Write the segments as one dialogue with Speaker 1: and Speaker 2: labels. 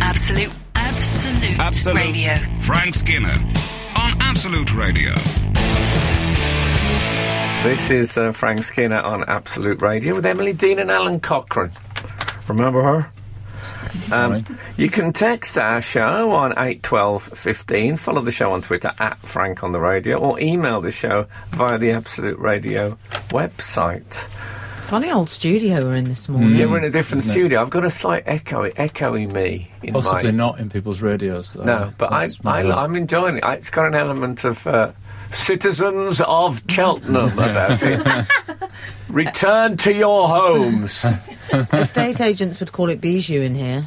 Speaker 1: Absolute, absolute,
Speaker 2: Absolute.
Speaker 1: radio.
Speaker 2: Frank Skinner on Absolute Radio.
Speaker 3: This is uh, Frank Skinner on Absolute Radio with Emily Dean and Alan Cochrane. Remember her? Um, you can text our show on 81215, follow the show on Twitter at Frank on the Radio, or email the show via the Absolute Radio website.
Speaker 4: Funny old studio we're in this morning.
Speaker 3: Yeah, we're in a different
Speaker 5: Hmm, Isn't it?
Speaker 3: studio. I've got a slight echo, echoey me in
Speaker 5: Possibly
Speaker 3: my.
Speaker 5: not in people's radios. Though.
Speaker 3: No, but I,
Speaker 5: uh, That's
Speaker 3: I,
Speaker 5: my-
Speaker 3: I'm enjoying it. I- It's got an element of uh, citizens of Cheltenham about it. Return to your homes. Mm.
Speaker 4: Estate agents would call it bijou in here.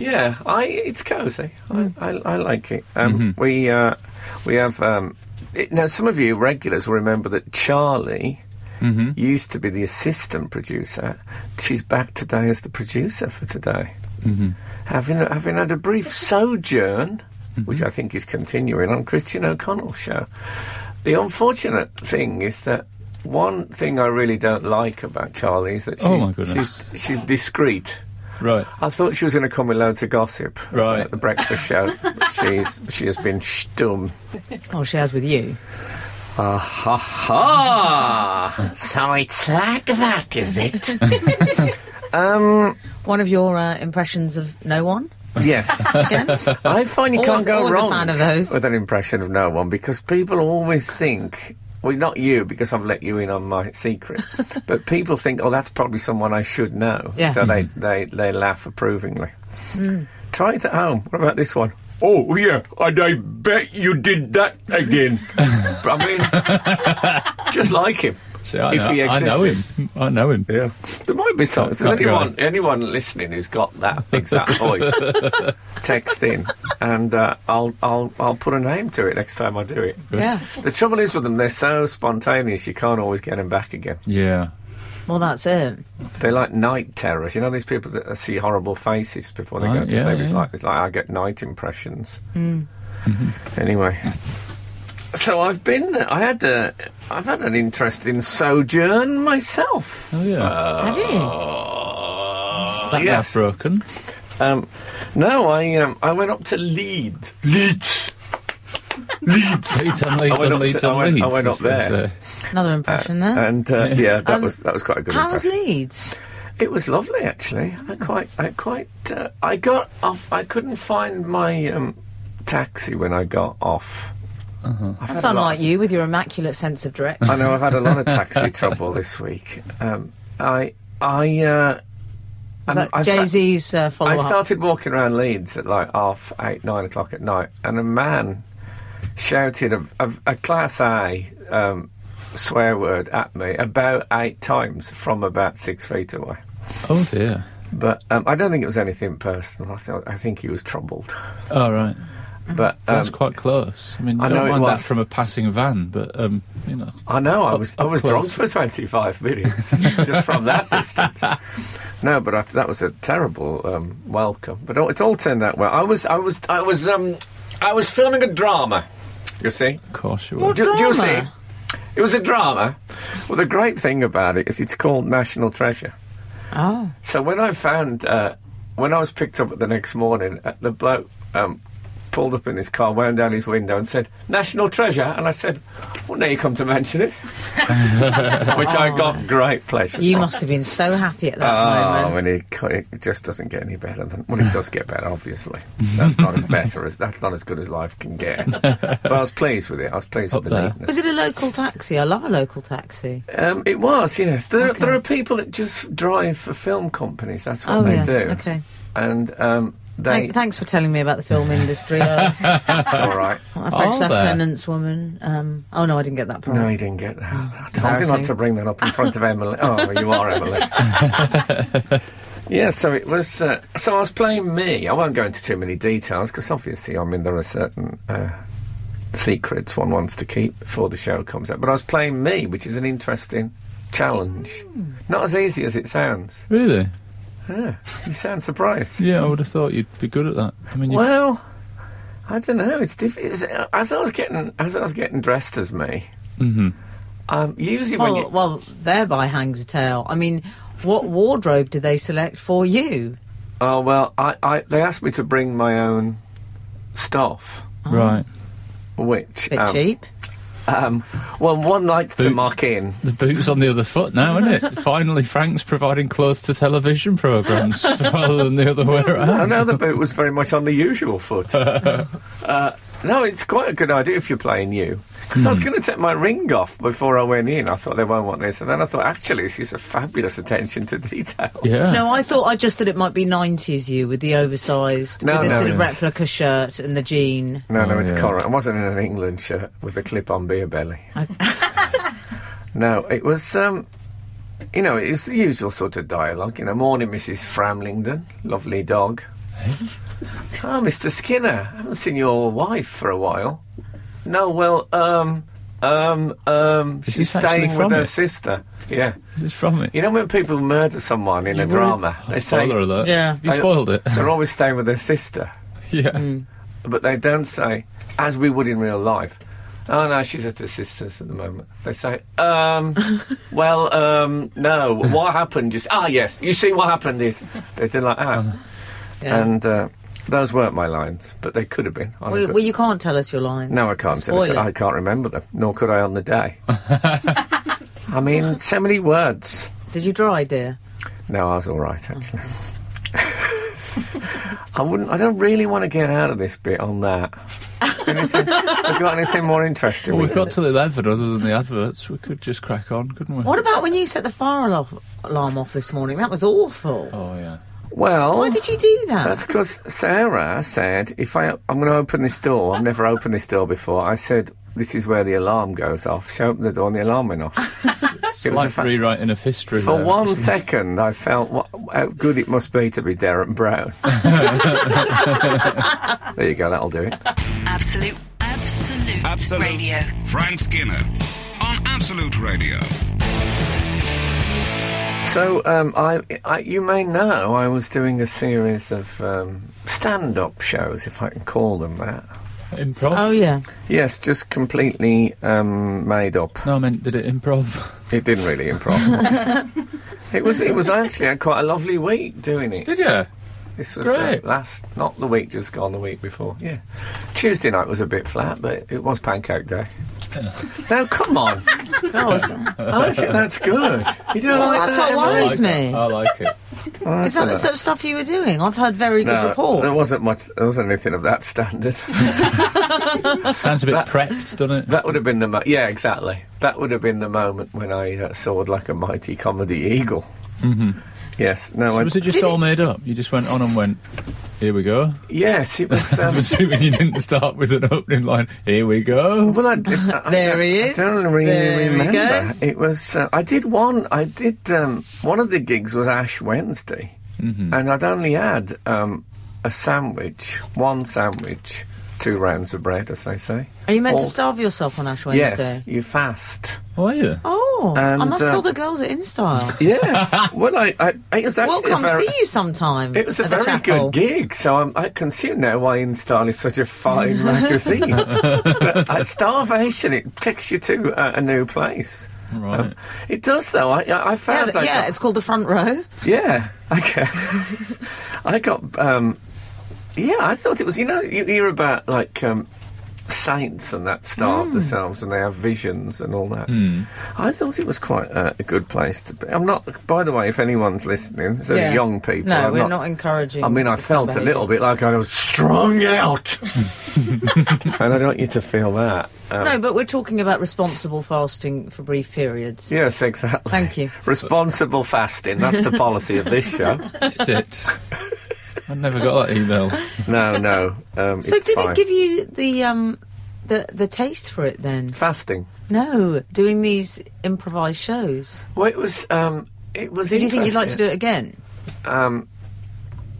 Speaker 3: yeah, I, it's cosy. I, I, I like it. Um,
Speaker 5: Mm-hmm.
Speaker 3: We uh, we have um, it, now. Some of you regulars will remember that Charlie.
Speaker 5: Mm-hmm.
Speaker 3: Used to be the assistant producer. She's back today as the producer for today.
Speaker 5: Mm-hmm.
Speaker 3: Having having had a brief sojourn,
Speaker 5: Mm-hmm.
Speaker 3: which I think is continuing on Christian O'Connell's show. The unfortunate thing is that one thing I really don't like about Charlie is that she's
Speaker 5: Oh, my goodness.
Speaker 3: she's, she's discreet.
Speaker 5: Right.
Speaker 3: I thought she was going to come with loads of gossip
Speaker 5: Right.
Speaker 3: about the breakfast show. She's she has been stum.
Speaker 4: Oh, she has with you.
Speaker 3: Ah ha ha! so it's like that, is it?
Speaker 4: One of your uh, impressions of no one.
Speaker 3: yes. I find you
Speaker 4: Always-
Speaker 3: can't go
Speaker 4: always a
Speaker 3: wrong
Speaker 4: fan of those.
Speaker 3: with an impression of no one because people always think. Well, not you, because I've let you in on my secret. but people think, oh, that's probably someone I should know.
Speaker 4: Yeah. Hmm.
Speaker 3: So they, they, they laugh approvingly. Try it at home. What about this one? Oh, yeah, and I bet you did that again. I mean, just like him.
Speaker 5: See, I,
Speaker 3: if
Speaker 5: know,
Speaker 3: he
Speaker 5: I know
Speaker 3: existed.
Speaker 5: him. I know him.
Speaker 3: Yeah. There might be some. Does
Speaker 5: Not
Speaker 3: anyone, anyone listening who's got that exact voice, text in and uh, I'll, I'll, I'll put a name to it next time I do it.
Speaker 4: Yeah.
Speaker 3: The trouble is with them, they're so spontaneous, you can't always get them back again.
Speaker 5: Yeah.
Speaker 4: Well, that's it.
Speaker 3: They're like night terrors. You know, these people that see horrible faces before they go
Speaker 5: Right,
Speaker 3: to
Speaker 5: yeah,
Speaker 3: sleep. It's,
Speaker 5: yeah.
Speaker 3: like, it's like I get night impressions.
Speaker 5: Mm-hmm.
Speaker 3: Anyway. So I've been. I had a. I've had an interesting sojourn myself.
Speaker 5: Oh, yeah.
Speaker 4: Have you?
Speaker 3: Uh,
Speaker 5: Sat
Speaker 3: yes.
Speaker 5: nav broken.
Speaker 3: Um, no, I um, I went up to Leeds. Leeds. Leeds.
Speaker 5: Leeds on
Speaker 3: I
Speaker 5: Leeds
Speaker 3: went
Speaker 5: on
Speaker 3: up
Speaker 5: Leeds
Speaker 3: to- I
Speaker 5: on
Speaker 3: went-
Speaker 5: Leeds.
Speaker 3: I went up
Speaker 5: as they
Speaker 3: there.
Speaker 5: say.
Speaker 4: Another impression there.
Speaker 3: And uh, yeah, that
Speaker 4: Um,
Speaker 3: was that was quite a good.
Speaker 4: How was
Speaker 3: impression.
Speaker 4: Leeds?
Speaker 3: It was lovely, actually. I quite, I quite, uh, I got off. I couldn't find my um, taxi when I got off. I've
Speaker 4: That's
Speaker 3: had a lot
Speaker 4: unlike
Speaker 3: of-
Speaker 4: you with your immaculate sense of direction.
Speaker 3: I know I've had a lot of taxi trouble this week. Um, I, I, uh, um, I've-
Speaker 4: Jay Z's uh, follow
Speaker 3: I
Speaker 4: up.
Speaker 3: started walking around Leeds at like half eight, nine o'clock at night, and a man shouted a, a, a class A um, swear word at me about eight times from about six feet away.
Speaker 5: Oh, dear.
Speaker 3: But um, I don't think it was anything personal. I, thought I think he was troubled.
Speaker 5: All right.
Speaker 3: But um,
Speaker 5: That's quite close. I mean, you
Speaker 3: I know
Speaker 5: don't
Speaker 3: it
Speaker 5: mind that
Speaker 3: was.
Speaker 5: from a passing van, but, um, you know.
Speaker 3: I know I was I
Speaker 5: up
Speaker 3: was
Speaker 5: close.
Speaker 3: drunk for twenty five minutes just from that distance. No, but I, that was a terrible um, welcome. But all- it all turned out well. I was I was I was um, I was filming a drama. You see.
Speaker 5: Of course you
Speaker 4: What
Speaker 5: would.
Speaker 3: Do, do you see?
Speaker 4: drama?
Speaker 3: It was a drama. Well, the great thing about it is it's called National Treasure.
Speaker 4: Oh,
Speaker 3: So when I found, uh, when I was picked up the next morning, uh, the bloke um, pulled up in his car, wound down his window, and said, National Treasure. And I said, Well, now you come to mention it. Which I got great pleasure.
Speaker 4: Oh. you must have been so happy at that
Speaker 3: Oh,
Speaker 4: moment.
Speaker 3: and it, co- it just doesn't get any better than. Well, it does get better, obviously. That's not as better as that's not as good as life can get. But I was pleased with it. I was pleased
Speaker 5: Up
Speaker 3: with the
Speaker 5: there.
Speaker 3: neatness.
Speaker 4: Was it a local taxi? I love a local taxi.
Speaker 3: Um, it was, yes. There, there are people that just drive for film companies. That's what
Speaker 4: oh,
Speaker 3: they
Speaker 4: yeah.
Speaker 3: do.
Speaker 4: Okay.
Speaker 3: And um, they.
Speaker 4: Thank, thanks for telling me about the film industry. Uh,
Speaker 3: That's all right.
Speaker 4: a French
Speaker 5: Are there?
Speaker 4: lieutenant's woman. Um, oh no, I didn't get that part.
Speaker 3: No, he didn't get that. I told you not
Speaker 4: embarrassing.
Speaker 3: to bring that up in front of Emily. Oh, you are Emily. yeah, so it was. Uh, so I was playing me. I won't go into too many details because obviously, I mean, there are certain uh, secrets one wants to keep before the show comes out. But I was playing me, which is an interesting challenge. Not as easy as it sounds.
Speaker 5: Really?
Speaker 3: Yeah, you sound surprised.
Speaker 5: Yeah, I would have thought you'd be good at that. I mean, you've
Speaker 3: Well, I don't know. It's diff- it was, uh, as I was getting as I was getting dressed as me.
Speaker 5: Mm-hmm.
Speaker 3: Um, usually when
Speaker 4: Well,
Speaker 3: you,
Speaker 4: well, thereby hangs a tale. I mean, what wardrobe did they select for you?
Speaker 3: Oh well, I, I they asked me to bring my own stuff,
Speaker 5: Right.
Speaker 3: which
Speaker 4: Bit
Speaker 3: um,
Speaker 4: cheap.
Speaker 3: Um, well, one liked to
Speaker 5: Boot.
Speaker 3: muck in.
Speaker 5: The boot's on the other foot now, isn't it? Finally, Frank's providing clothes to television programmes rather than the other way
Speaker 3: Oh
Speaker 5: around.
Speaker 3: no, the boot was very much on the usual foot. uh, no, it's quite a good idea if you're playing you. Because
Speaker 5: Hmm.
Speaker 3: I was going to take my ring off before I went in. I thought they won't want this, and then I thought actually this is a fabulous attention to detail.
Speaker 5: Yeah.
Speaker 4: No, I thought I just thought it might be 90s you with the oversized,
Speaker 3: No,
Speaker 4: with the
Speaker 3: no,
Speaker 4: sort of
Speaker 3: it's-
Speaker 4: replica shirt and the jean.
Speaker 3: No, no,
Speaker 5: Oh,
Speaker 3: it's
Speaker 5: yeah.
Speaker 3: correct. I wasn't in an England shirt with a clip-on beer belly. no, it was, um, you know, it was the usual sort of dialogue. You know, morning, Mrs. Framlingdon, lovely dog.
Speaker 5: Eh?
Speaker 3: oh, Mr. Skinner, haven't seen your wife for a while. No, well, um, um, um,
Speaker 5: Is
Speaker 3: she's
Speaker 5: this actually
Speaker 3: staying
Speaker 5: from
Speaker 3: with her
Speaker 5: it?
Speaker 3: sister. Yeah,
Speaker 5: This is from it.
Speaker 3: you know when people murder someone in a
Speaker 5: You've
Speaker 3: drama,
Speaker 5: already-
Speaker 3: they say
Speaker 5: Spoiler alert.
Speaker 4: Yeah.
Speaker 5: You spoiled it.
Speaker 3: they're always staying with their sister.
Speaker 5: yeah.
Speaker 4: Mm.
Speaker 3: but they don't say, as we would in real life, oh no, she's at her sister's at the moment. They say, um, well, um, no, what happened? Just, ah, yes, you see what happened is. They did like that.
Speaker 4: Yeah.
Speaker 3: And uh, those weren't my lines, but they could have been. on a
Speaker 4: well,
Speaker 3: good-
Speaker 4: well, you can't tell us your lines.
Speaker 3: no, I can't tell us.
Speaker 4: Spoil it.
Speaker 3: I can't remember them, nor could I on the day. I mean, so many words.
Speaker 4: Did you dry, dear?
Speaker 3: No, I was all right actually. I wouldn't. I don't really want to get out of this bit on that. Anything, have you got anything more interesting?
Speaker 5: Well,
Speaker 3: we
Speaker 5: we've
Speaker 3: can
Speaker 5: got till 11 other than the adverts. We could just crack on, couldn't we?
Speaker 4: What about when you set the fire alarm, alarm off this morning? That was awful.
Speaker 5: Oh, yeah.
Speaker 3: do? well,
Speaker 4: Why did you do that?
Speaker 3: that's because Sarah said, "If I, I'm going to open this door. I've never opened this door before." I said, "This is where the alarm goes off." She opened the door, and the alarm went off.
Speaker 5: It's
Speaker 3: was
Speaker 5: like
Speaker 3: a fa-
Speaker 5: rewriting of history.
Speaker 3: For
Speaker 5: there.
Speaker 3: one second, I felt what, how good it must be to be Darren Brown. there you go. That'll do it.
Speaker 1: Absolute, absolute,
Speaker 2: Absolute.
Speaker 1: radio.
Speaker 2: Frank Skinner on Absolute Radio.
Speaker 3: So, um, I, I, you may know I was doing a series of um, stand up shows, if I can call them that.
Speaker 5: Improv?
Speaker 4: Oh yeah,
Speaker 3: Yes, just completely um, made up.
Speaker 5: No, I meant did it improv.
Speaker 3: It didn't really improv. it was it was actually a, quite a lovely week doing it.
Speaker 5: Did you?
Speaker 3: This was uh,
Speaker 5: Great.
Speaker 3: last, not the week just gone, the week before. Yeah. Tuesday night was a bit flat, but it was pancake day. now, come on.
Speaker 4: that was.
Speaker 3: I think that's good. You don't like
Speaker 4: that's
Speaker 3: that,
Speaker 4: what
Speaker 3: Emma?
Speaker 4: I Excuse me.
Speaker 5: it. I like it.
Speaker 3: Oh,
Speaker 4: Is
Speaker 3: that's
Speaker 4: that the
Speaker 3: all
Speaker 4: sort of stuff you were doing? I've heard very good reports.
Speaker 3: there wasn't much. There wasn't anything of that standard.
Speaker 5: Sounds a bit
Speaker 3: That-
Speaker 5: prepped, doesn't it?
Speaker 3: That would have been the mo- yeah, exactly. That would have been the moment when I uh, soared like a mighty comedy eagle. Mm-hmm. Yes, no,
Speaker 5: So
Speaker 3: I,
Speaker 5: was it just
Speaker 4: Did
Speaker 5: all
Speaker 4: it-
Speaker 5: made up? You just went on and went, here we go.
Speaker 3: yes, it was.
Speaker 5: I'm
Speaker 3: Um,
Speaker 5: assuming you didn't start with an opening line, here we go.
Speaker 3: well, I did. I, I
Speaker 4: There
Speaker 3: don't-
Speaker 4: he
Speaker 3: I
Speaker 4: is.
Speaker 3: don't really
Speaker 4: There he
Speaker 3: remember.
Speaker 4: goes.
Speaker 3: It was. Uh, I did one. I did um, one of the gigs was Ash Wednesday, and I'd only had um, a sandwich, one sandwich, two rounds of bread, as they say.
Speaker 4: Are you meant
Speaker 3: Or-
Speaker 4: to starve yourself on Ash Wednesday?
Speaker 3: Yes, you fast.
Speaker 5: How are you?
Speaker 4: Oh, I
Speaker 3: And,
Speaker 4: must
Speaker 3: uh,
Speaker 4: tell the girls at InStyle.
Speaker 3: Yes. well, I, I, it was
Speaker 4: We'll
Speaker 3: actually a
Speaker 4: come
Speaker 3: very,
Speaker 4: see you sometime.
Speaker 3: It was a
Speaker 4: at the
Speaker 3: very
Speaker 4: chapel.
Speaker 3: good gig, so I'm, I can see now why InStyle is such a fine magazine. But, uh, starvation, it takes you to uh, a new place.
Speaker 5: Right.
Speaker 3: Um, it does, though. I- I, I
Speaker 4: Yeah,
Speaker 3: found
Speaker 4: th-
Speaker 3: I
Speaker 4: yeah,
Speaker 3: got-
Speaker 4: it's called the front row.
Speaker 3: yeah, okay. I got. Um, yeah, I thought it was. You know, you hear about like um, saints and that starve
Speaker 4: Hmm.
Speaker 3: themselves and they have visions and all that. I thought it was quite uh, a good place to be. I'm not. By the way, if anyone's listening, it's only
Speaker 4: Yeah.
Speaker 3: young people.
Speaker 4: No,
Speaker 3: I'm
Speaker 4: we're not encouraging
Speaker 3: I mean, I
Speaker 4: this
Speaker 3: felt a
Speaker 4: behaviour.
Speaker 3: little bit like I was strung out, and I don't want you to feel that. Um,
Speaker 4: No, but we're talking about responsible fasting for brief periods.
Speaker 3: Yes, exactly.
Speaker 4: Thank you.
Speaker 3: Responsible fasting. That's the policy of this show.
Speaker 5: That's it. I never got that email.
Speaker 3: No, no. Um,
Speaker 4: So
Speaker 3: it's
Speaker 4: did
Speaker 3: fine.
Speaker 4: it give you the um the the taste for it then?
Speaker 3: fasting?
Speaker 4: No, doing these improvised shows.
Speaker 3: Well, it was. Um, it was.
Speaker 4: Did you think you'd like to do it again?
Speaker 3: Um,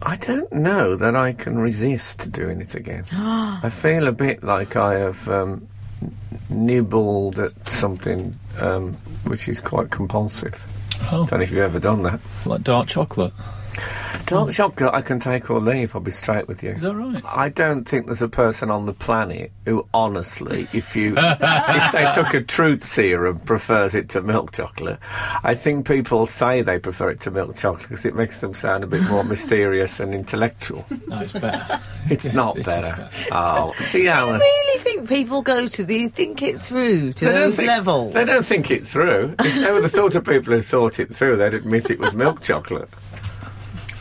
Speaker 3: I don't know that I can resist doing it again. I feel a bit like I have um, n- nibbled at something um, which is quite compulsive.
Speaker 5: Oh,
Speaker 3: Don't know if you've ever done that.
Speaker 5: like dark chocolate.
Speaker 3: not shotgun. I can take or leave. I'll be straight with you.
Speaker 5: Is that right?
Speaker 3: I don't think there's a person on the planet who, honestly, if you if they took a truth serum, prefers it to milk chocolate. I think people say they prefer it to milk chocolate because it makes them sound a bit more mysterious and intellectual.
Speaker 5: No, it's better.
Speaker 3: It's
Speaker 5: It is-
Speaker 3: not
Speaker 5: it is
Speaker 3: better.
Speaker 5: better.
Speaker 3: Oh, see,
Speaker 4: I
Speaker 3: Alan.
Speaker 4: really think people go to the think it through to
Speaker 3: They don't,
Speaker 4: those
Speaker 3: think,
Speaker 4: levels.
Speaker 3: they don't think it through. If they were the sort of people who thought it through, they'd admit it was milk chocolate.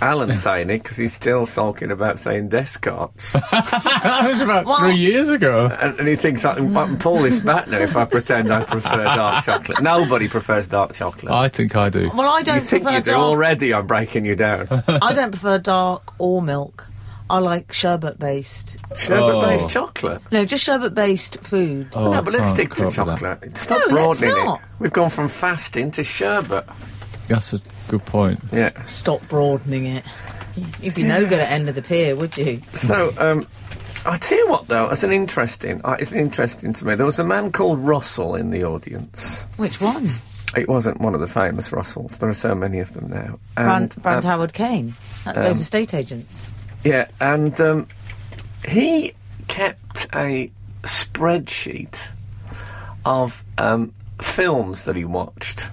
Speaker 3: Alan's saying it because he's still sulking about saying Descartes.
Speaker 5: that was about
Speaker 4: Well-
Speaker 5: three years ago.
Speaker 3: And, and he thinks I can, I can pull this back now if I pretend I prefer dark chocolate. Nobody prefers dark chocolate.
Speaker 5: I think I do.
Speaker 4: Well, I don't
Speaker 3: you think
Speaker 4: prefer
Speaker 3: you do
Speaker 4: dark.
Speaker 3: already? I'm breaking you down.
Speaker 4: I don't prefer dark or milk. I like sherbet based.
Speaker 3: Sherbet-based chocolate.
Speaker 4: No, just sherbet based food.
Speaker 5: Oh,
Speaker 3: no,
Speaker 5: I
Speaker 3: but let's
Speaker 5: can't
Speaker 3: stick to
Speaker 5: cope with that.
Speaker 3: chocolate. Stop
Speaker 4: No, let's
Speaker 3: broadening
Speaker 4: not.
Speaker 3: it. We've gone from fasting to sherbet.
Speaker 5: That's a good point.
Speaker 3: Yeah.
Speaker 4: Stop broadening it. You'd be no good at end of the pier, would you?
Speaker 3: So, um, I tell you what, though, it's an interesting. Uh, it's interesting to me. There was a man called Russell in the audience.
Speaker 4: Which one?
Speaker 3: It wasn't one of the famous Russells. There are so many of them now.
Speaker 4: Brand,
Speaker 3: um,
Speaker 4: Brand Howard Kane. Uh, those estate agents.
Speaker 3: Yeah, and um, he kept a spreadsheet of um, films that he watched.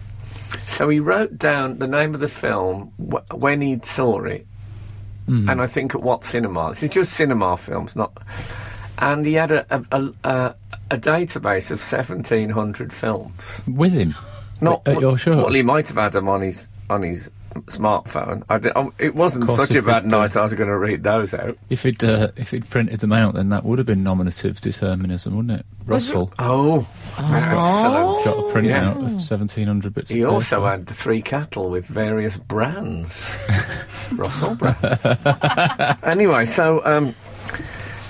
Speaker 3: So he wrote down the name of the film wh- when he saw it,
Speaker 5: Mm-hmm.
Speaker 3: and I think at what cinema. This is just cinema films, not. And he had a a, a, a, a database of seventeen hundred films.
Speaker 5: With him. uh,
Speaker 3: Not
Speaker 5: At your show?
Speaker 3: Well, he might have had them on his on his smartphone. I di- um, it wasn't
Speaker 5: Of course,
Speaker 3: such a
Speaker 5: if it,
Speaker 3: bad
Speaker 5: uh,
Speaker 3: night. I was going to read those out.
Speaker 5: If it uh, if it printed them out, then that would have been nominative determinism, wouldn't it?
Speaker 4: Was it-
Speaker 5: Russell
Speaker 3: Oh,
Speaker 4: Oh.
Speaker 3: excellent.
Speaker 5: got a print
Speaker 3: Yeah.
Speaker 5: out of seventeen hundred bits.
Speaker 3: He
Speaker 5: of
Speaker 3: also
Speaker 5: paper.
Speaker 3: had the three cattle with various brands. Russell brands. anyway, so, um,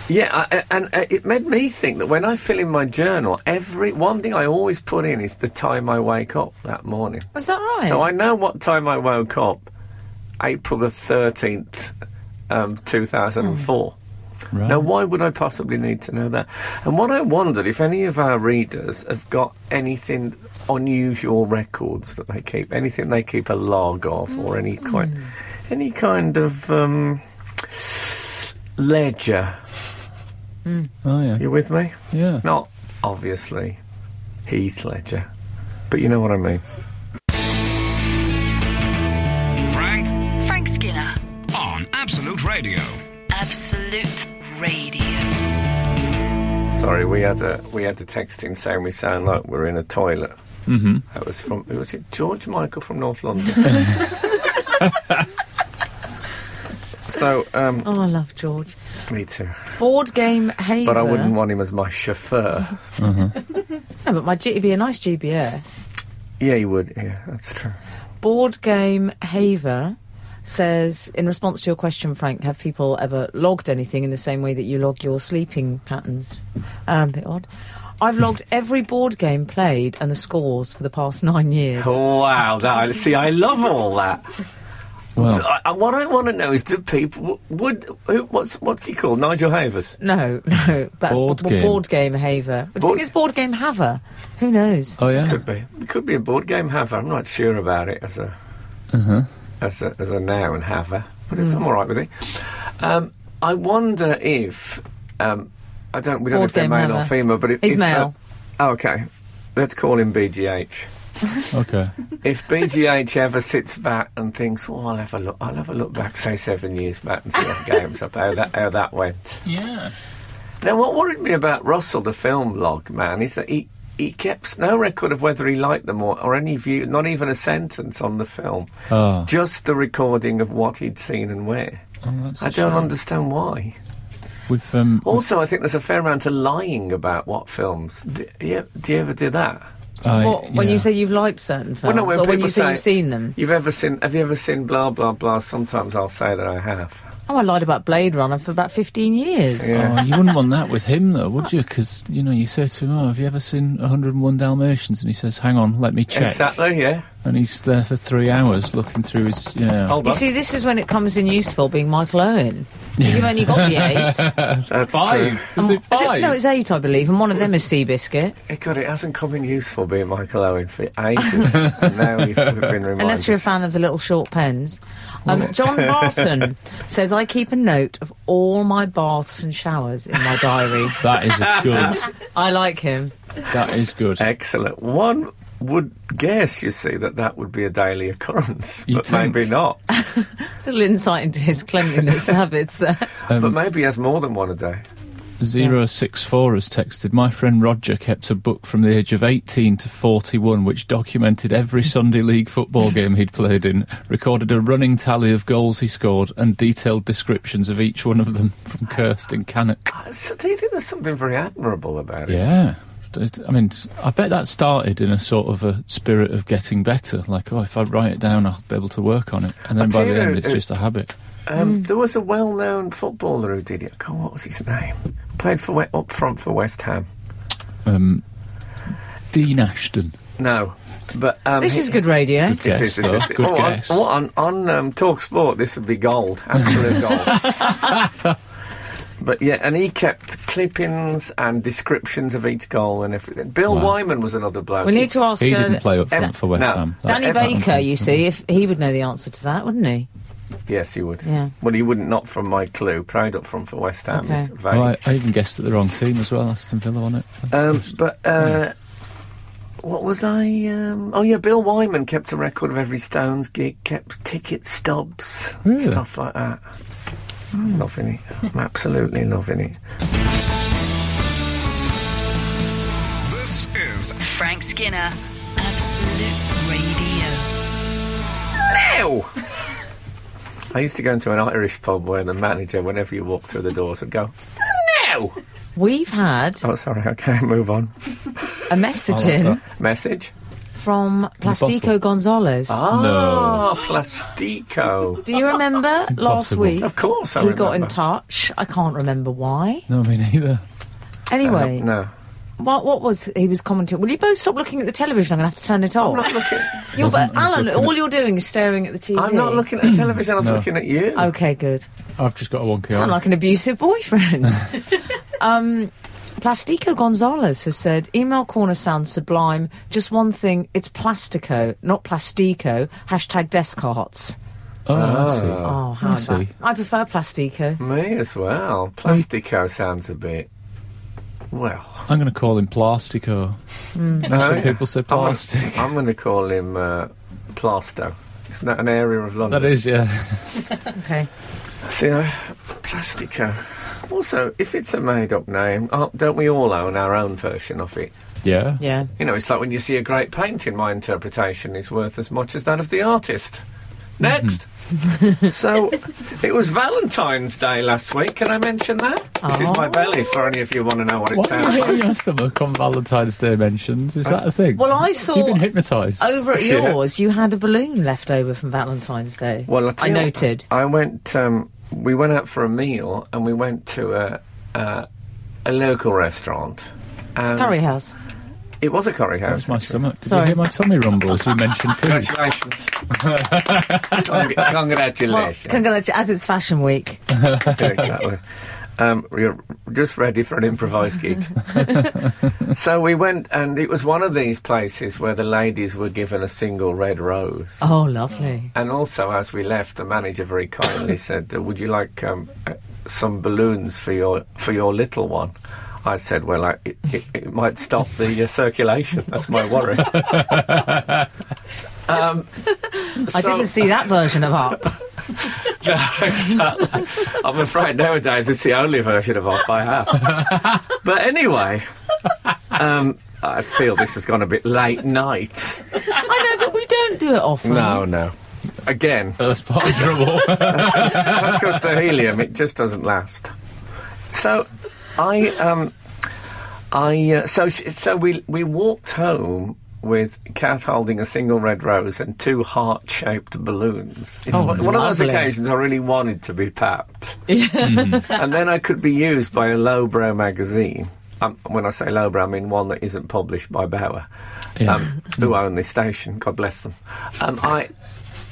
Speaker 3: yeah, I, I- and uh, it made me think that when I fill in my journal, every one thing I always put in is the time I wake up that morning.
Speaker 4: Is that right?
Speaker 3: So I know what time I woke up, April the 13th, um, 2004.
Speaker 5: Right.
Speaker 3: Now, why would I possibly need to know that? And what I wondered if any of our readers have got anything unusual records that they keep, anything they keep a log of, or any
Speaker 5: Mm-hmm.
Speaker 3: kind, any kind of um, ledger.
Speaker 5: Oh yeah.
Speaker 3: You with me?
Speaker 5: Yeah.
Speaker 3: Not obviously Heath Ledger, but you know what I mean.
Speaker 2: Frank
Speaker 1: Frank Skinner.
Speaker 2: on Absolute Radio.
Speaker 1: Absolute Radio.
Speaker 3: Sorry, we had a we had a text in saying we sound like we're in a toilet. Mm-hmm. That was from who was it George Michael from North London. so um,
Speaker 4: Oh, I love George.
Speaker 3: me too,
Speaker 4: Board game haver.
Speaker 3: but I wouldn't want him as my chauffeur.
Speaker 4: No, but my G- it'd be a nice GBA.
Speaker 3: yeah, he would. Yeah, that's true.
Speaker 4: Board game haver says in response to your question, Frank, have people ever logged anything in the same way that you log your sleeping patterns? Um, a bit odd. I've logged every board game played and the scores for the past nine years.
Speaker 3: Wow, that I see. I love all that.
Speaker 5: Well,
Speaker 3: I, I, what I want to know is, do people would who, what's what's he called? Nigel Havers.
Speaker 4: No, no, that's
Speaker 5: Board
Speaker 4: board,
Speaker 5: game.
Speaker 4: board game haver. But I
Speaker 3: Board-
Speaker 4: think it's board game haver. Who knows?
Speaker 5: oh yeah.
Speaker 3: Could be. It could be a board game haver. I'm not sure about it as a
Speaker 5: Uh-huh.
Speaker 3: as a as a noun haver, but
Speaker 4: Hmm.
Speaker 3: it's I'm all right with it. Um, I wonder if um, I don't. We don't know
Speaker 4: Board
Speaker 3: if they're
Speaker 4: game
Speaker 3: male or
Speaker 4: haver.
Speaker 3: female, but if,
Speaker 4: He's
Speaker 3: if, uh,
Speaker 4: male.
Speaker 3: oh, okay, let's call him BGH.
Speaker 5: Okay.
Speaker 3: If BGH ever sits back and thinks, "Well, I'll have a look. I'll have a look back, say seven years back, and see how games up how that how that went."
Speaker 5: Yeah.
Speaker 3: Now, what worried me about Russell, the film log man, is that he, he kept no record of whether he liked them or, or any view, not even a sentence on the film,
Speaker 5: Oh,
Speaker 3: just the recording of what he'd seen and where.
Speaker 5: oh, that's
Speaker 3: I
Speaker 5: a
Speaker 3: don't Oh,
Speaker 5: shame.
Speaker 3: understand why.
Speaker 5: We've um.
Speaker 3: Also, I think there's a fair amount of lying about what films. Do you, do you ever do that? Oh,
Speaker 5: I,
Speaker 4: What, when you
Speaker 5: yeah.
Speaker 4: say you've liked certain films,
Speaker 3: no, when
Speaker 4: or when
Speaker 3: people
Speaker 4: you say,
Speaker 3: say-
Speaker 4: you've seen them.
Speaker 3: You've ever seen? Have you ever seen blah blah blah? Sometimes I'll say that I have.
Speaker 4: Oh, I lied about Blade Runner for about 15 years.
Speaker 5: Oh, you wouldn't want that with him, though, would you? Because you know, you say to him, "Oh, have you ever seen 101 Dalmatians?" And he says, "Hang on, let me check."
Speaker 3: Exactly. Yeah.
Speaker 5: and he's there for three hours looking through his. Yeah.
Speaker 3: Hold
Speaker 4: You
Speaker 3: on.
Speaker 4: see, this is when it comes in useful being Michael Owen. 'Cause You've only got the eight.
Speaker 3: That's true.
Speaker 5: five. Was
Speaker 4: Um,
Speaker 5: it
Speaker 4: Is
Speaker 5: five?
Speaker 4: it- no, it's eight, I believe, and one of them is Seabiscuit.
Speaker 3: Hey, Eh, God, it hasn't come in useful being Michael Owen for ages. and now we've, we've been reminded.
Speaker 4: Unless you're a fan of the little short pens. Um, John Barton says, I keep a note of all my baths and showers in my diary.
Speaker 5: that is a good.
Speaker 4: I like him.
Speaker 5: that is good.
Speaker 3: Excellent. One would guess, you see, that that would be a daily occurrence,
Speaker 5: You'd
Speaker 3: but maybe
Speaker 5: think.
Speaker 3: not.
Speaker 4: Little insight into his cleanliness habits there.
Speaker 5: Um,
Speaker 3: but maybe he has more than one a day.
Speaker 5: Zero six four has texted. My friend Roger kept a book from the age of eighteen to forty one, which documented every Sunday League football game he'd played in, recorded a running tally of goals he scored, and detailed descriptions of each one of them from Kirst and Cannock.
Speaker 3: Uh, So do you think there's something very admirable about it?
Speaker 5: Yeah. It- I mean, I bet that started in a sort of a spirit of getting better. Like, oh, if I write it down, I'll be able to work on it. And then
Speaker 3: I
Speaker 5: by
Speaker 3: tell
Speaker 5: the
Speaker 3: you,
Speaker 5: end, it's
Speaker 3: it-
Speaker 5: just a habit.
Speaker 3: Um,
Speaker 4: Mm.
Speaker 3: There was a well known footballer who did it. God, what was his name? Played for we- up front for West Ham.
Speaker 5: Um, Dean Ashton.
Speaker 3: No. But um,
Speaker 4: This
Speaker 3: he-
Speaker 4: is good radio.
Speaker 5: Good guess,
Speaker 3: it is, it is.
Speaker 5: though. Good
Speaker 3: oh,
Speaker 5: guess.
Speaker 3: On, oh, on, on um, Talk Sport, this would be gold, absolute gold. But yeah, and he kept clippings and descriptions of each goal and everything. Bill
Speaker 5: Wow.
Speaker 3: Wyman was another bloke.
Speaker 4: We need to ask
Speaker 5: He
Speaker 4: uh,
Speaker 5: didn't play up
Speaker 3: Ever-
Speaker 5: front for West
Speaker 3: no.
Speaker 5: Ham. That-
Speaker 4: Danny
Speaker 3: Ever-
Speaker 4: Baker, you see, if he would know the answer to that, wouldn't he?
Speaker 3: Yes, he would.
Speaker 4: Yeah.
Speaker 3: Well, he wouldn't, not from my clue. Proud up front for West Ham.
Speaker 4: Okay.
Speaker 3: is vague.
Speaker 5: Oh, I, I even guessed at the wrong team as well, Aston Villa on it.
Speaker 3: Um, but uh, what was I? Um, oh yeah, Bill Wyman kept a record of every Stones gig, kept ticket stubs,
Speaker 5: Really?
Speaker 3: stuff like that. I'm loving it. I'm absolutely loving it.
Speaker 2: This is
Speaker 1: Frank Skinner, Absolute Radio.
Speaker 3: Ow! I used to go into an Irish pub where the manager, whenever you walked through the doors, would go, "No."
Speaker 4: We've had
Speaker 3: Oh, sorry. Okay, move on.
Speaker 4: a message in
Speaker 3: Message.
Speaker 4: from Plastico
Speaker 5: bottle.
Speaker 4: Gonzalez.
Speaker 3: Ah, Plastico.
Speaker 4: Do you remember last
Speaker 5: Impossible.
Speaker 4: week?
Speaker 3: Of course, I
Speaker 4: He got in
Speaker 3: remember.
Speaker 4: touch. I can't remember why.
Speaker 5: No, me neither.
Speaker 4: Anyway,
Speaker 3: Um, No,
Speaker 4: what what was he was commenting? Will you both stop looking at the television? I'm going to have to turn it off.
Speaker 3: I'm not looking.
Speaker 4: You're, but
Speaker 5: I was
Speaker 4: Alan,
Speaker 5: looking
Speaker 4: all you're doing is staring at the TV.
Speaker 3: I'm not looking at the television. I was looking at you.
Speaker 4: Okay, good.
Speaker 5: I've just got a wonky
Speaker 4: Sound
Speaker 5: eye.
Speaker 4: like an abusive boyfriend. um, Plastico Gonzalez has said, email corner sounds sublime. Just one thing, it's Plastico, not Plastico. Hashtag Descartes.
Speaker 5: Oh, I
Speaker 3: Ah.
Speaker 5: see.
Speaker 4: Oh,
Speaker 5: I
Speaker 4: how about-
Speaker 5: see.
Speaker 4: I prefer Plastico.
Speaker 3: Me as well. Plastico sounds a bit. Well,
Speaker 5: I'm going to call him Plastico.
Speaker 4: Hmm.
Speaker 5: Some
Speaker 3: Oh, yeah.
Speaker 5: people say
Speaker 3: I'm gonna-
Speaker 5: plastic.
Speaker 3: I'm going to call him uh, Plasto. Isn't that an area of London?
Speaker 5: That is, yeah.
Speaker 4: Okay.
Speaker 3: See, uh, Plastico. Also, if it's a made up name, aren't- don't we all own our own version of it?
Speaker 5: Yeah.
Speaker 4: Yeah.
Speaker 3: You know, it's like when you see a great painting, my interpretation is worth as much as that of the artist. Next!
Speaker 4: Mm-hmm.
Speaker 3: so, it was Valentine's Day last week. Can I mention that? This is my
Speaker 4: Oh.
Speaker 3: belly for any of you want to know what it
Speaker 5: What
Speaker 3: sounds
Speaker 5: are you
Speaker 3: like.
Speaker 5: hitting your stomach on Valentine's Day mentions? Is that a thing?
Speaker 4: Well, I
Speaker 5: You've
Speaker 4: saw Oh,
Speaker 5: been hypnotised.
Speaker 4: over at
Speaker 3: Yeah.
Speaker 4: yours, you had a balloon left over from Valentine's Day.
Speaker 3: Well, I,
Speaker 4: I
Speaker 3: tell you what,
Speaker 4: noted.
Speaker 3: I went. Um, we went out for a meal, and we went to a a, a local restaurant. And
Speaker 4: Curry House.
Speaker 3: It was a curry house.
Speaker 5: That's my stomach. Did
Speaker 4: Sorry.
Speaker 5: you hear my tummy rumble as we mentioned food?
Speaker 3: Congratulations! Congr- Congratulations!
Speaker 4: Congratulations, as it's Fashion Week.
Speaker 3: exactly. Um, we're just ready for an improvised gig. so we went, and it was one of these places where the ladies were given a single red rose.
Speaker 4: Oh, lovely.
Speaker 3: And also, as we left, the manager very kindly said, uh, "Would you like um, uh, some balloons for your for your little one?" I said, "Well, I, it, it, it might stop the uh, circulation. That's my worry." um, so-
Speaker 4: I didn't see that version of Up.
Speaker 3: No, exactly. I'm afraid nowadays it's the only version of Up I have. but anyway, um, I feel this has gone a bit late night.
Speaker 4: I know, but we don't do it often.
Speaker 3: No, no. Again,
Speaker 5: That's part of the
Speaker 4: Um,
Speaker 5: trouble.
Speaker 3: That's because the helium, it just doesn't last. So, I, um, I, uh, so, sh- so we, we walked home with Kath holding a single red rose and two heart shaped balloons. It's
Speaker 4: Oh,
Speaker 3: one one of those
Speaker 4: lovely.
Speaker 3: occasions I really Mm-hmm. wanted to be papped. and then I could be used by a lowbrow magazine. um, when I say lowbrow, I mean one that isn't published by Bauer,
Speaker 5: Yeah.
Speaker 3: um, who own this station. God bless them. Um, I,